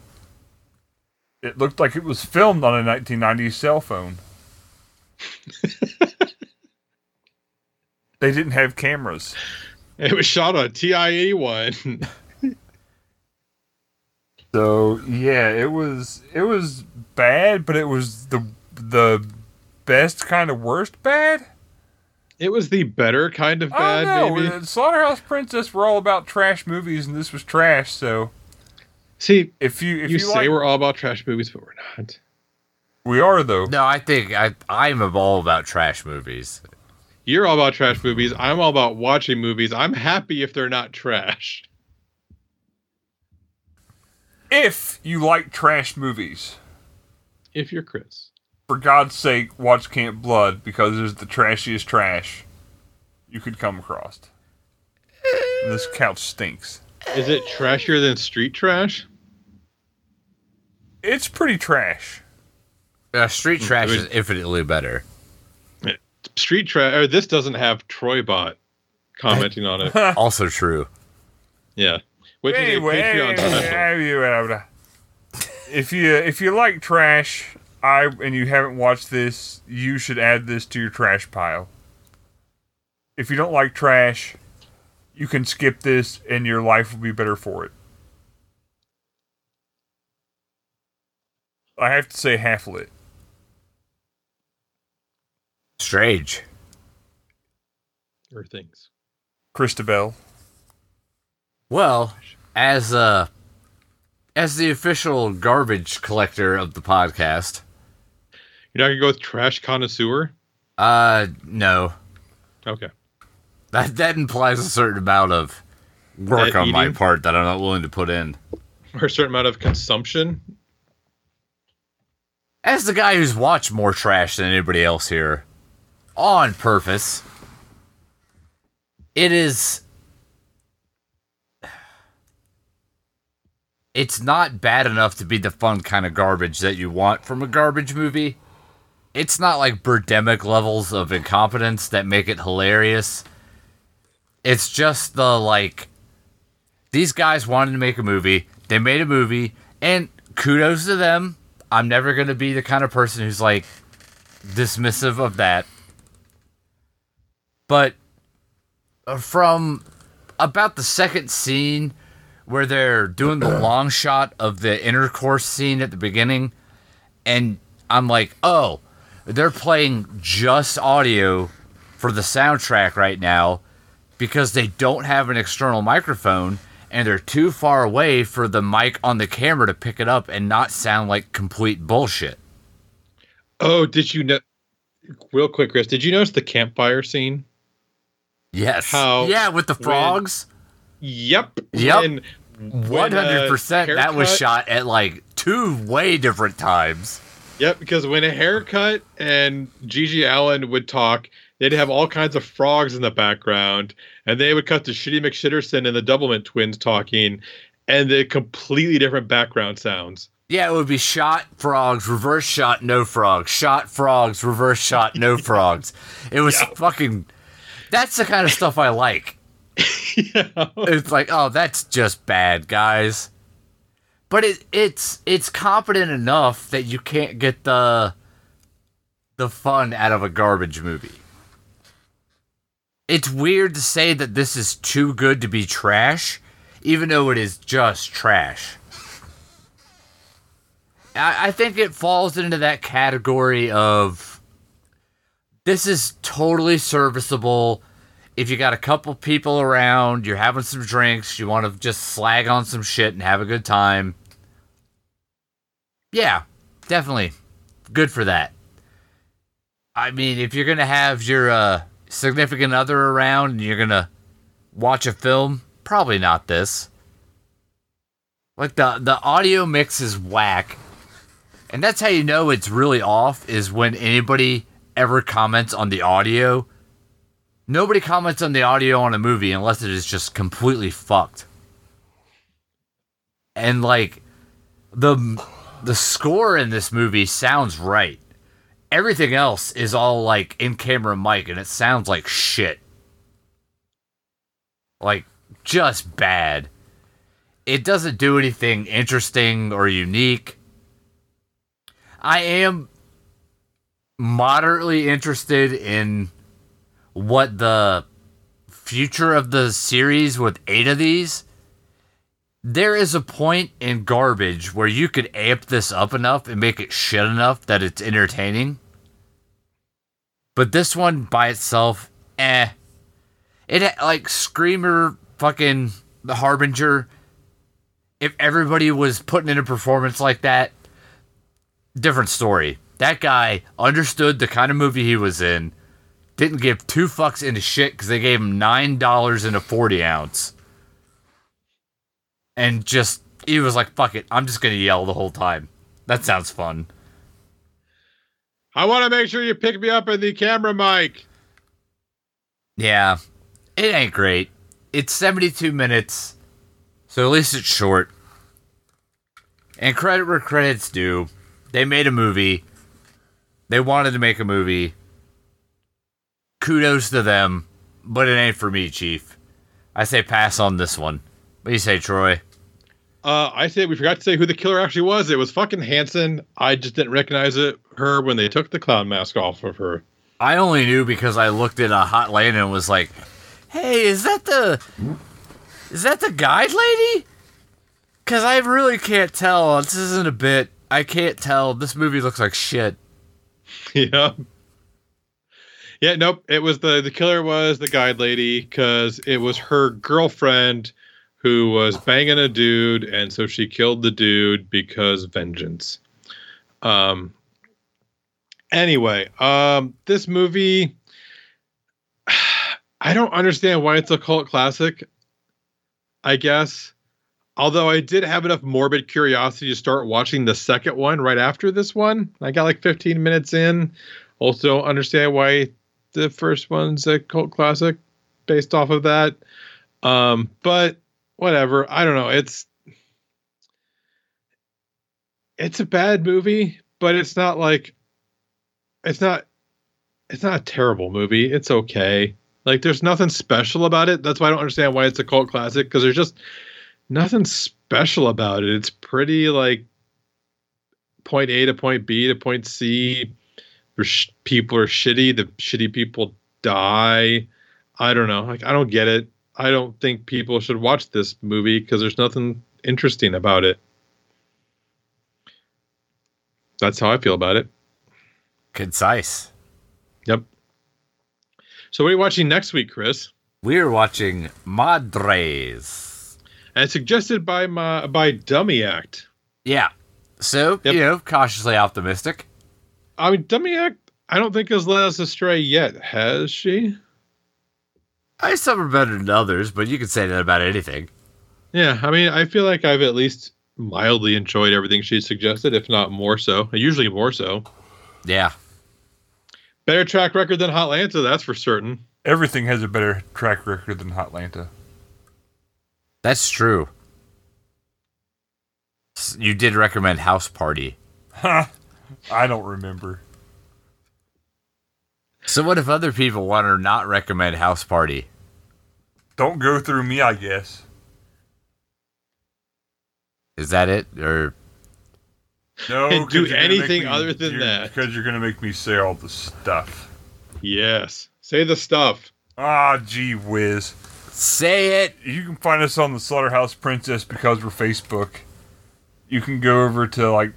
[SPEAKER 2] It looked like it was filmed on a 1990s cell phone. They didn't have cameras.
[SPEAKER 3] It was shot on TI-81.
[SPEAKER 2] So yeah, it was it was bad, but it was the the best kind of worst bad.
[SPEAKER 3] It was the better kind
[SPEAKER 1] Oh,
[SPEAKER 3] of bad,
[SPEAKER 2] I don't know.
[SPEAKER 3] maybe.
[SPEAKER 2] Uh, Slaughterhouse Princess were all about trash movies, and this was trash. So
[SPEAKER 3] See,
[SPEAKER 2] if you if
[SPEAKER 3] you,
[SPEAKER 2] you,
[SPEAKER 3] say
[SPEAKER 2] like,
[SPEAKER 3] we're all about trash movies, but we're not.
[SPEAKER 2] we are though.
[SPEAKER 1] No, I think I, I'm all about trash movies.
[SPEAKER 3] You're all about trash movies. I'm all about watching movies. I'm happy if they're not trash.
[SPEAKER 2] If you like trash movies,
[SPEAKER 3] If you're Chris.
[SPEAKER 2] for God's sake, watch Camp Blood because it's the trashiest trash you could come across. And this couch stinks.
[SPEAKER 3] Is it trashier than street trash?
[SPEAKER 2] It's pretty trash.
[SPEAKER 1] Uh, street trash
[SPEAKER 3] I
[SPEAKER 1] is infinitely better.
[SPEAKER 3] Eh, Street trash or this doesn't have Troybot commenting on it.
[SPEAKER 1] Also true.
[SPEAKER 3] Yeah. Which
[SPEAKER 2] anyway,
[SPEAKER 3] is a Patreon
[SPEAKER 2] anyway,
[SPEAKER 3] special.
[SPEAKER 2] anyway, if you if you like trash, I and you haven't watched this, you should add this to your trash pile. If you don't like trash, you can skip this, and your life will be better for it. I have to say, half lit.
[SPEAKER 1] Strange.
[SPEAKER 3] or things.
[SPEAKER 2] Christabel.
[SPEAKER 1] Well, as uh, as the official garbage collector of the podcast,
[SPEAKER 3] You're not gonna go with trash connoisseur?
[SPEAKER 1] uh, no,
[SPEAKER 3] Okay.
[SPEAKER 1] that that implies a certain amount of work
[SPEAKER 3] That
[SPEAKER 1] on my
[SPEAKER 3] eating?
[SPEAKER 1] part that I'm not willing to put in.
[SPEAKER 3] Or a certain amount of consumption.
[SPEAKER 1] As the guy who's watched more trash than anybody else here, on purpose, it is. It's not bad enough to be the fun kind of garbage that you want from a garbage movie. It's not like Birdemic levels of incompetence that make it hilarious. It's just the like. These guys wanted to make a movie. They made a movie, and kudos to them. I'm never going to be the kind of person who's like dismissive of that. But uh, from about the second scene where they're doing the long shot of the intercourse scene at the beginning, and I'm like, oh, they're playing just audio for the soundtrack right now because they don't have an external microphone and they're too far away for the mic on the camera to pick it up and not sound like complete bullshit.
[SPEAKER 3] Oh, did you know real quick, Chris, did you notice the campfire scene?
[SPEAKER 1] Yes.
[SPEAKER 3] How-
[SPEAKER 1] yeah, with the
[SPEAKER 3] when-
[SPEAKER 1] frogs.
[SPEAKER 3] Yep.
[SPEAKER 1] Yep.
[SPEAKER 3] When-
[SPEAKER 1] One
[SPEAKER 3] when, uh,
[SPEAKER 1] hundred percent. That was
[SPEAKER 3] haircut-
[SPEAKER 1] shot at like two way different times.
[SPEAKER 3] Yep, because when a haircut and Gigi Allen would talk, they'd have all kinds of frogs in the background, and they would cut to Shitty McShitterson and the Doublemint twins talking, and the completely different background sounds.
[SPEAKER 1] Yeah, it would be shot frogs, reverse shot, no frogs, shot frogs, reverse shot, no frogs. It was
[SPEAKER 3] Yeah.
[SPEAKER 1] fucking. That's the kind of stuff I like.
[SPEAKER 3] yeah.
[SPEAKER 1] it's like, oh, that's just bad, guys. But it it's it's competent enough that you can't get the the fun out of a garbage movie. It's weird to say that this is too good to be trash, even though it is just trash. I, I think it falls into that category of this is totally serviceable if you got a couple people around, you're having some drinks, you want to just slag on some shit and have a good time. Yeah, definitely good for that. I mean, if you're going to have your uh, significant other around and you're going to watch a film, probably not this. Like the the audio mix is whack. And that's how you know it's really off is when anybody ever comments on the audio nobody comments on the audio on a movie unless it is just completely fucked. And like the the score in this movie sounds right. Everything else is all like in camera mic and it sounds like shit. Like just bad. It doesn't do anything interesting or unique. I am moderately interested in what the future of the series with eight of these, there is a point in garbage where you could amp this up enough and make it shit enough that it's entertaining. But this one by itself, eh. It had, like Screamer fucking the Harbinger. If everybody was putting in a performance like that, different story. That guy understood the kind of movie he was in didn't give two fucks into shit because they gave him nine dollars in a forty ounce, and just he was like, "Fuck it, I'm just gonna yell the whole time." That sounds fun.
[SPEAKER 3] I want to make sure you pick me up in the camera mic.
[SPEAKER 1] Yeah, it ain't great. It's seventy-two minutes, so at least it's short. And credit where credit's due, they made a movie. They wanted to make a movie kudos to them, but it ain't for me, Chief. I say pass on this one. What do you say, Troy?
[SPEAKER 3] Uh, I said we forgot to say who the killer actually was. It was fucking Hanson. I just didn't recognize it her when they took the clown mask off of her.
[SPEAKER 1] I only knew because I looked at a hot lane and was like, "Hey, is that the is that the guide lady?" Because I really can't tell. This isn't a bit. I can't tell. This movie looks like shit.
[SPEAKER 3] yeah. Yeah, nope. It was the the killer was the guide lady because it was her girlfriend who was banging a dude, and so she killed the dude because vengeance. Um. Anyway, um, this movie, I don't understand why it's a cult classic. I guess, although I did have enough morbid curiosity to start watching the second one right after this one. I got like 15 minutes in. Also, don't understand why the first one's a cult classic based off of that. Um, but whatever, I don't know. It's it's a bad movie, but it's not like it's not it's not a terrible movie. It's okay. Like there's nothing special about it. That's why I don't understand why it's a cult classic because there's just nothing special about it. It's pretty like point A to point B to point C. Sh- people are shitty. The shitty people die. I don't know. Like I don't get it. I don't think people should watch this movie because there's nothing interesting about it. That's how I feel about it.
[SPEAKER 1] Concise.
[SPEAKER 3] Yep. So what are you watching next week, Chris?
[SPEAKER 1] We're watching Madres.
[SPEAKER 3] And suggested by my by Dummy Act.
[SPEAKER 1] Yeah. So
[SPEAKER 3] Yep.
[SPEAKER 1] you know, cautiously optimistic.
[SPEAKER 3] I mean, Dummy Act. I don't think has led us astray yet, has she?
[SPEAKER 1] I some are better than others, but you can say that about anything.
[SPEAKER 3] Yeah, I mean, I feel like I've at least mildly enjoyed everything she suggested, if not more so. Usually more so.
[SPEAKER 1] Yeah.
[SPEAKER 3] Better track record than Hotlanta, that's for certain.
[SPEAKER 2] Everything has a better track record than Hotlanta.
[SPEAKER 1] That's true. S- You did recommend House Party.
[SPEAKER 2] Ha! I don't remember.
[SPEAKER 1] So what if other people want to not recommend House Party?
[SPEAKER 2] Don't go through me, I guess.
[SPEAKER 1] Is that it? Or
[SPEAKER 2] No,
[SPEAKER 3] And
[SPEAKER 2] 'cause
[SPEAKER 3] do
[SPEAKER 2] you're gonna make
[SPEAKER 3] anything
[SPEAKER 2] me-
[SPEAKER 3] other than
[SPEAKER 2] you're-
[SPEAKER 3] that.
[SPEAKER 2] Because you're gonna make me say all the stuff.
[SPEAKER 3] Yes. Say the stuff.
[SPEAKER 2] Ah, gee whiz.
[SPEAKER 1] say it?
[SPEAKER 2] you can find us on the Slaughterhouse Princess because we're Facebook. You can go over to like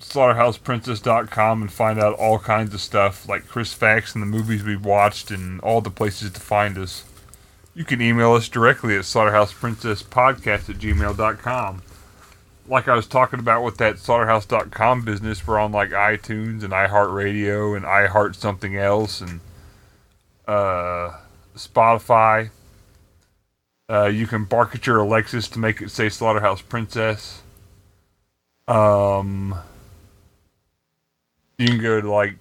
[SPEAKER 2] slaughterhouseprincess.com and find out all kinds of stuff like Chris Facts and the movies we've watched and all the places to find us. You can email us directly at slaughterhouseprincesspodcast at gmail.com. Like I was talking about with that slaughterhouse.com business, we're on like iTunes and iHeartRadio and iHeart something else and uh, Spotify. Uh, you can bark at your Alexis to make it say Slaughterhouse Princess. Um, you can go to like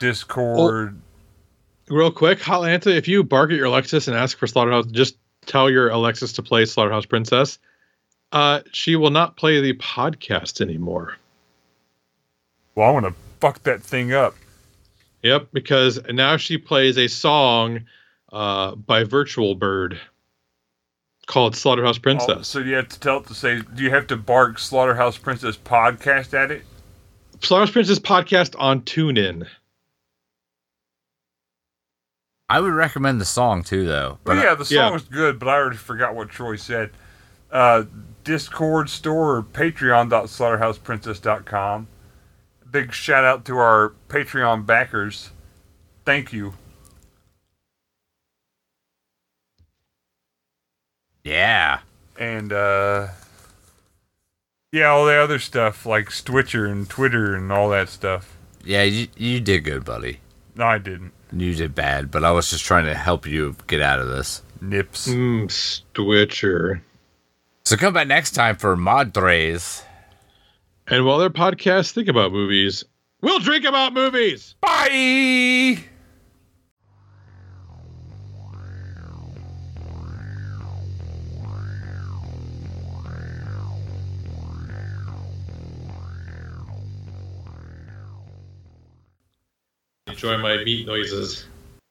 [SPEAKER 2] Discord.
[SPEAKER 3] Real quick, Hot Lanta, if you bark at your Alexis and ask for Slaughterhouse, just tell your Alexis to play Slaughterhouse Princess. Uh, she will not play the podcast anymore.
[SPEAKER 2] Well, I want to fuck that thing up.
[SPEAKER 3] Yep, because now she plays a song uh, by Virtual Bird called Slaughterhouse
[SPEAKER 2] Oh,
[SPEAKER 3] Princess.
[SPEAKER 2] so you have to tell it to say. Do you have to bark Slaughterhouse Princess podcast at it?
[SPEAKER 3] Slaughterhouse Princess podcast on TuneIn.
[SPEAKER 1] I would recommend the song too, though.
[SPEAKER 2] But
[SPEAKER 1] But
[SPEAKER 2] yeah, the song
[SPEAKER 3] yeah.
[SPEAKER 2] was good, but I already forgot what Troy said. Uh, Discord store or patreon.slaughterhouseprincess.com. Big shout out to our Patreon backers. Thank you.
[SPEAKER 1] yeah,
[SPEAKER 2] and uh yeah, all the other stuff like Twitcher and Twitter and all that stuff.
[SPEAKER 1] yeah, you you did good, buddy.
[SPEAKER 2] No, I didn't.
[SPEAKER 1] You did bad, but I was just trying to help you get out of this.
[SPEAKER 2] Nips.
[SPEAKER 3] Mm, Stwitcher.
[SPEAKER 1] So come back next time for Madres.
[SPEAKER 3] And while their podcasts think about movies, we'll drink about movies.
[SPEAKER 2] Bye.
[SPEAKER 3] Enjoy my meat noises.